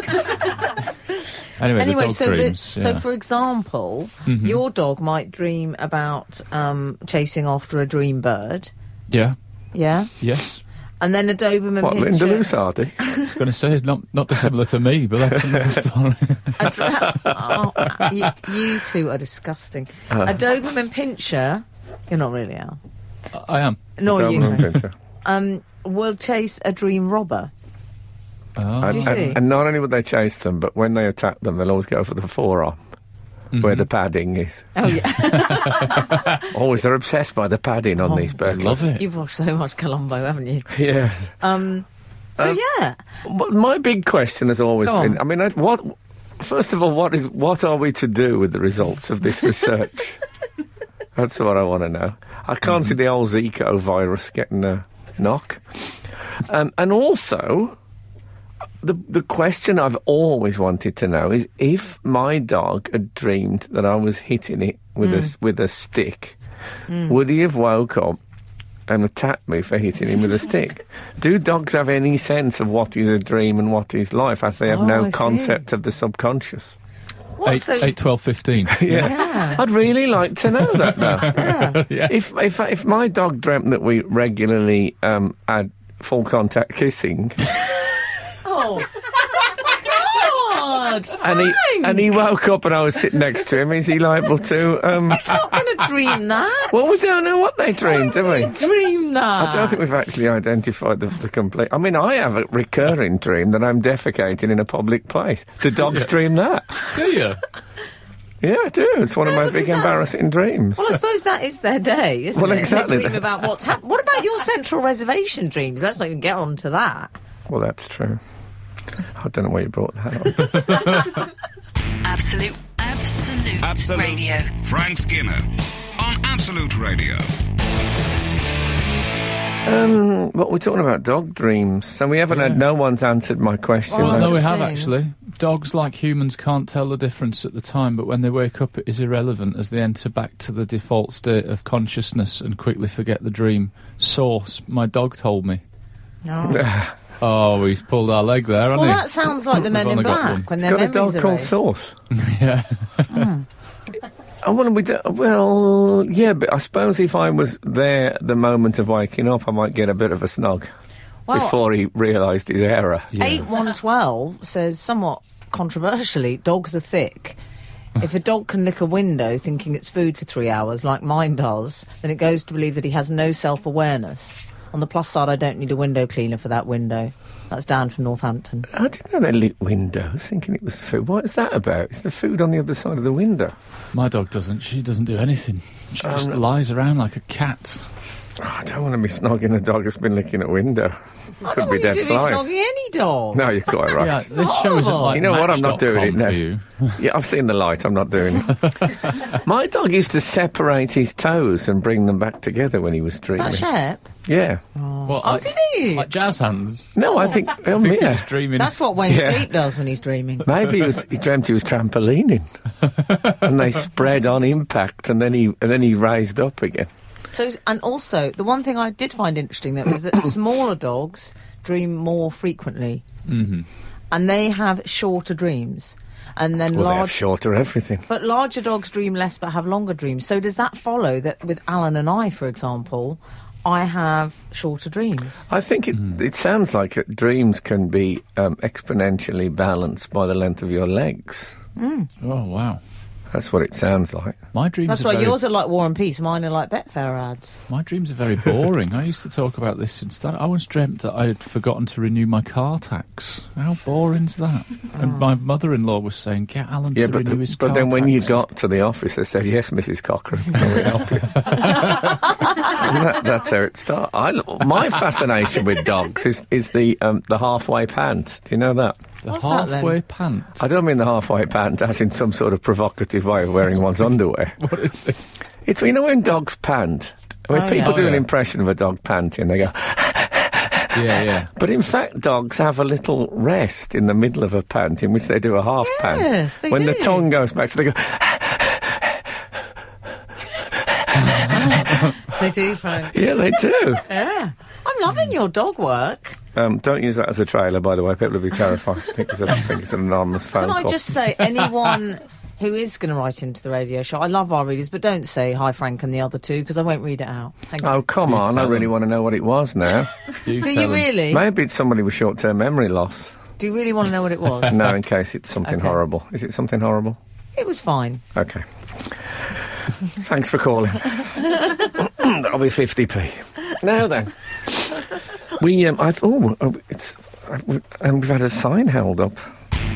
Speaker 5: Anyway, the
Speaker 4: Anyway,
Speaker 5: dog
Speaker 4: so
Speaker 5: dreams.
Speaker 4: the,
Speaker 5: yeah.
Speaker 4: so for example,
Speaker 3: Mm-hmm.
Speaker 4: your dog might dream about um, chasing after a dream bird.
Speaker 5: yeah,
Speaker 4: Yeah.
Speaker 5: yes.
Speaker 4: And then a Doberman
Speaker 3: What,
Speaker 4: Pinscher.
Speaker 3: Linda Lusardi?
Speaker 5: I was going to say, it's not, not dissimilar to me, but that's another story.
Speaker 4: A dra- oh, you, you two are disgusting.
Speaker 3: Uh.
Speaker 4: A Doberman Pinscher, you're not really Al,
Speaker 5: I am.
Speaker 4: nor you,
Speaker 3: Doberman
Speaker 4: Frank,
Speaker 3: Pinscher.
Speaker 4: um, will chase a dream robber.
Speaker 5: Oh.
Speaker 4: Do you
Speaker 3: and,
Speaker 4: see?
Speaker 3: and not only would they chase them, but when they attack them, they'll always go for the forearm. Where
Speaker 5: Mm-hmm.
Speaker 3: the padding is.
Speaker 4: Oh yeah,
Speaker 3: Always, they're obsessed by the padding on these
Speaker 5: I
Speaker 3: burglars.
Speaker 5: Oh, love it.
Speaker 4: you've watched so much Columbo, haven't you?
Speaker 3: Yes.
Speaker 4: Um, so
Speaker 3: Um,
Speaker 4: yeah,
Speaker 3: But my big question has always
Speaker 4: Go
Speaker 3: been.
Speaker 4: on.
Speaker 3: I mean, I, what? First of all, what is what are we to do with the results of this research? That's what I want to know. I can't
Speaker 4: Mm-hmm.
Speaker 3: see the old Zika virus getting a knock. Um, and also, the the question I've always wanted to know is if my dog had dreamed
Speaker 4: Mm.
Speaker 3: that I was hitting it with a s- with a stick, would he have woke up and attacked me for hitting him with a stick. Do dogs have any sense of what is a dream and what is life, as they have
Speaker 4: Oh,
Speaker 3: no
Speaker 4: I see.
Speaker 3: concept of the subconscious?
Speaker 4: What?
Speaker 5: eight,
Speaker 4: so,
Speaker 5: eight, 12, 15.
Speaker 4: yeah.
Speaker 3: I'd really like to know that now.
Speaker 4: yeah.
Speaker 5: yeah.
Speaker 3: if, if if my dog dreamt that we regularly um, had full contact kissing,
Speaker 4: Oh. God.
Speaker 3: and he and
Speaker 4: Frank!
Speaker 3: he woke up and I was sitting next to him, is he liable to? Um,
Speaker 4: not going to dream that.
Speaker 3: well, we don't know what they dreamed, do
Speaker 4: Oh,
Speaker 3: we?
Speaker 4: Dream that.
Speaker 3: I don't think we've actually identified the, the complete. I mean, I have a recurring dream that I'm defecating in a public place. Do dogs dream that?
Speaker 5: Do you?
Speaker 3: Yeah, I do. It's one of my
Speaker 4: because
Speaker 3: big
Speaker 4: that's-
Speaker 3: embarrassing dreams.
Speaker 4: Well, I suppose that is their day, isn't
Speaker 3: Well,
Speaker 4: it?
Speaker 3: exactly.
Speaker 4: They dream about what's happened. What about your central reservation dreams? Let's not even get on to that.
Speaker 3: Well, that's true. I don't know why you brought that up.
Speaker 1: Absolute, absolute,
Speaker 2: Absolute.
Speaker 1: radio.
Speaker 2: Frank Skinner on Absolute Radio.
Speaker 3: um, but we're talking about dog dreams, so we haven't had. No one's answered my question.
Speaker 4: Well,
Speaker 5: Well, no, we
Speaker 4: Interesting.
Speaker 5: have actually. Dogs, like humans, can't tell the difference at the time, but when they wake up, it is irrelevant as they enter back to the default state of consciousness and quickly forget the dream. Source, my dog told me. Oh, he's pulled our leg there, hasn't
Speaker 4: Well,
Speaker 5: he?
Speaker 4: that sounds like the
Speaker 5: We've
Speaker 4: men in
Speaker 5: only got one.
Speaker 4: black when
Speaker 3: It's
Speaker 4: their
Speaker 3: got a
Speaker 4: memories
Speaker 3: dog
Speaker 4: are
Speaker 3: called
Speaker 4: erased.
Speaker 3: Source.
Speaker 5: yeah.
Speaker 3: Oh, well, we do, well, yeah, but I suppose if I was there at the moment of waking up, I might get a bit of a snog
Speaker 4: Well,
Speaker 3: before he realised his error.
Speaker 4: Eight one twelve says somewhat controversially, dogs are thick. If a dog can lick a window thinking it's food for three hours, like mine does, then it goes to believe that he has no self awareness. On the plus side, I don't need a window cleaner for that window. That's down from Northampton.
Speaker 3: I didn't know they lit windows, thinking it was food. What is that about? It's the food on the other side of the window.
Speaker 5: My dog doesn't. She doesn't do anything. She
Speaker 4: Um,
Speaker 5: just lies around like a cat.
Speaker 3: Oh, I don't want to be snogging a dog that's been licking a window. Could be
Speaker 4: you
Speaker 3: dead
Speaker 4: should be snogging
Speaker 3: flies.
Speaker 4: any dog.
Speaker 3: No, you're quite right.
Speaker 5: Yeah,
Speaker 3: yeah.
Speaker 5: this show isn't like
Speaker 3: You know what? I'm not
Speaker 5: Match.com
Speaker 3: doing it, no.
Speaker 5: for you.
Speaker 3: I've seen the light. I'm not doing it. My dog used to separate his toes and bring them back together when he was dreaming.
Speaker 4: That Shep.
Speaker 3: yeah.
Speaker 5: Well,
Speaker 4: Oh,
Speaker 5: like-
Speaker 4: did he?
Speaker 5: Like jazz hands.
Speaker 3: No, I think. Oh,
Speaker 5: I think he was
Speaker 3: yeah.
Speaker 5: dreaming.
Speaker 4: That's what Wayne
Speaker 3: Yeah.
Speaker 4: Sleep does when he's dreaming.
Speaker 3: Maybe he, was, he dreamt he was trampolining, and they spread on impact, and then he and then he raised up again.
Speaker 4: So, and also the one thing I did find interesting that was that smaller dogs dream more frequently, and they have shorter dreams, and then
Speaker 3: Well, they have
Speaker 4: large.
Speaker 3: shorter everything.
Speaker 4: but larger dogs dream less but have longer dreams. So does that follow that with Alan and I, for example, I have shorter dreams?
Speaker 3: I think it, it sounds like that dreams can be um, exponentially balanced by the length of your legs.
Speaker 5: Oh wow.
Speaker 3: That's what it sounds like.
Speaker 5: My dreams
Speaker 4: That's
Speaker 5: are
Speaker 4: why
Speaker 5: very,
Speaker 4: yours are like War and Peace, mine are like Betfair ads.
Speaker 5: my dreams are very boring. I used to talk about this since that. I once dreamt that I had forgotten to renew my car tax. How boring's that? And my mother-in-law was saying, "Get Alan
Speaker 3: Oh. Yeah,
Speaker 5: to
Speaker 3: but,
Speaker 5: renew
Speaker 3: the-
Speaker 5: his
Speaker 3: but
Speaker 5: car
Speaker 3: then when you
Speaker 5: taxes."
Speaker 3: got to the office, they said, "Yes, Mrs. Cochrane, can we help you?" And that, that's how it starts. I, lo- my fascination with dogs is is the um, the halfway pant. Do you know that?
Speaker 5: the
Speaker 4: What's that then?
Speaker 5: halfway pants.
Speaker 3: I don't mean the halfway pant as in some sort of provocative way of wearing one's underwear.
Speaker 5: What is this?
Speaker 3: It's you know when dogs pant. When
Speaker 4: Oh,
Speaker 3: people
Speaker 4: yeah.
Speaker 3: do
Speaker 5: Oh,
Speaker 3: an
Speaker 5: yeah.
Speaker 3: impression of a dog panting, they go.
Speaker 5: Yeah, yeah.
Speaker 3: But in fact, dogs have a little rest in the middle of a pant in which they do a half pant.
Speaker 4: Yes, they
Speaker 3: when the
Speaker 4: do.
Speaker 3: tongue goes back, so they go,
Speaker 4: They do, Frank.
Speaker 3: yeah, they do.
Speaker 4: yeah, I'm loving your dog work.
Speaker 3: um, don't use that as a trailer, by the way. People will be terrified. I think it's, a, I think it's an anonymous phone
Speaker 4: Can I
Speaker 3: call.
Speaker 4: just say, anyone who is going to write into the radio show, I love our readers, but don't say hi, Frank, and the other two because I won't read it out. Thank you.
Speaker 3: Oh, come
Speaker 5: You
Speaker 3: on. I
Speaker 5: tell
Speaker 3: really
Speaker 5: them.
Speaker 3: want to know what it was now.
Speaker 5: You
Speaker 4: Do
Speaker 5: tell
Speaker 4: you
Speaker 5: him.
Speaker 4: really?
Speaker 3: Maybe it's somebody with short term memory loss.
Speaker 4: Do you really want to know what it was?
Speaker 3: No, in case it's something
Speaker 4: Uh, Okay.
Speaker 3: horrible. Is it something horrible?
Speaker 4: It was fine.
Speaker 3: Okay. Thanks for calling. That'll be 50p. Now then. We, um, I, oh, oh, it's, uh, we- and we've had a sign held up.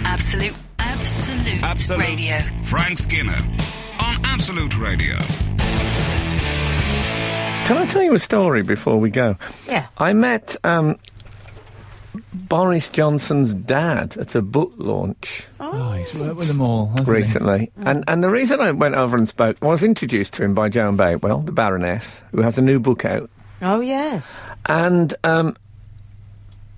Speaker 1: Absolute, absolute,
Speaker 2: Absolute.
Speaker 1: radio.
Speaker 2: Frank Skinner on Absolute Radio.
Speaker 3: Can I tell you a story before we go?
Speaker 4: Yeah.
Speaker 3: I met um, Boris Johnson's dad at a book launch
Speaker 5: Oh, he's worked with them all hasn't he?
Speaker 3: recently. And, and the reason I went over and spoke, I was introduced to him by Joan Bakewell, the Baroness, who has a new book out
Speaker 4: Oh, yes.
Speaker 3: And um,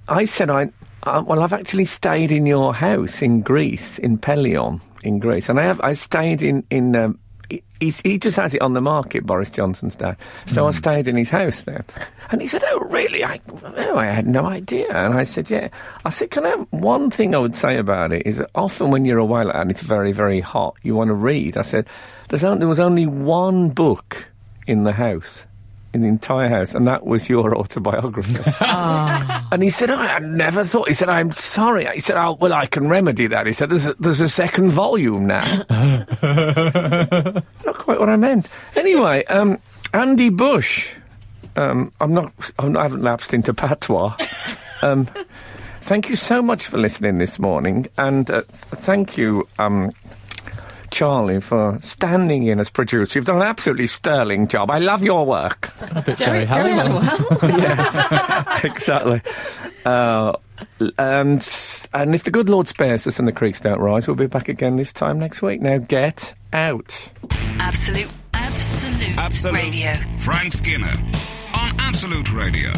Speaker 3: I said, I, I well, I've actually stayed in your house in Greece, in Pelion, in Greece, and I have I stayed in in um, he, he's, he just has it on the market, Boris Johnson's dad. So I stayed in his house there. And he said, Oh, really? I, oh, I had no idea. And I said, Yeah. I said, Can I have one thing I would say about it is that often when you're away like that and it's very, very hot, you want to read. I said, There's only, There was only one book in the house. In the entire house, and that was your autobiography. And he said, I had never thought. He said, I'm sorry. He said, oh, well, I can remedy that. He said, there's a, there's a second volume now. not quite what I meant. Anyway, um, Andy Bush. Um, I'm not, I'm not. I haven't lapsed into patois. um, thank you so much for listening this morning, and uh, thank you. Um, Charlie, for standing in as producer. You've done an absolutely sterling job. I love your work.
Speaker 5: A bit
Speaker 7: Jerry,
Speaker 5: Jerry,
Speaker 7: Jerry
Speaker 5: Halliwell.
Speaker 7: Halliwell.
Speaker 3: exactly. Uh, and s- and if the good Lord spares us and the creeks don't rise, we'll be back again this time next week. Now get out.
Speaker 1: Absolute, absolute,
Speaker 2: Absolute.
Speaker 1: radio.
Speaker 2: Frank Skinner on Absolute Radio.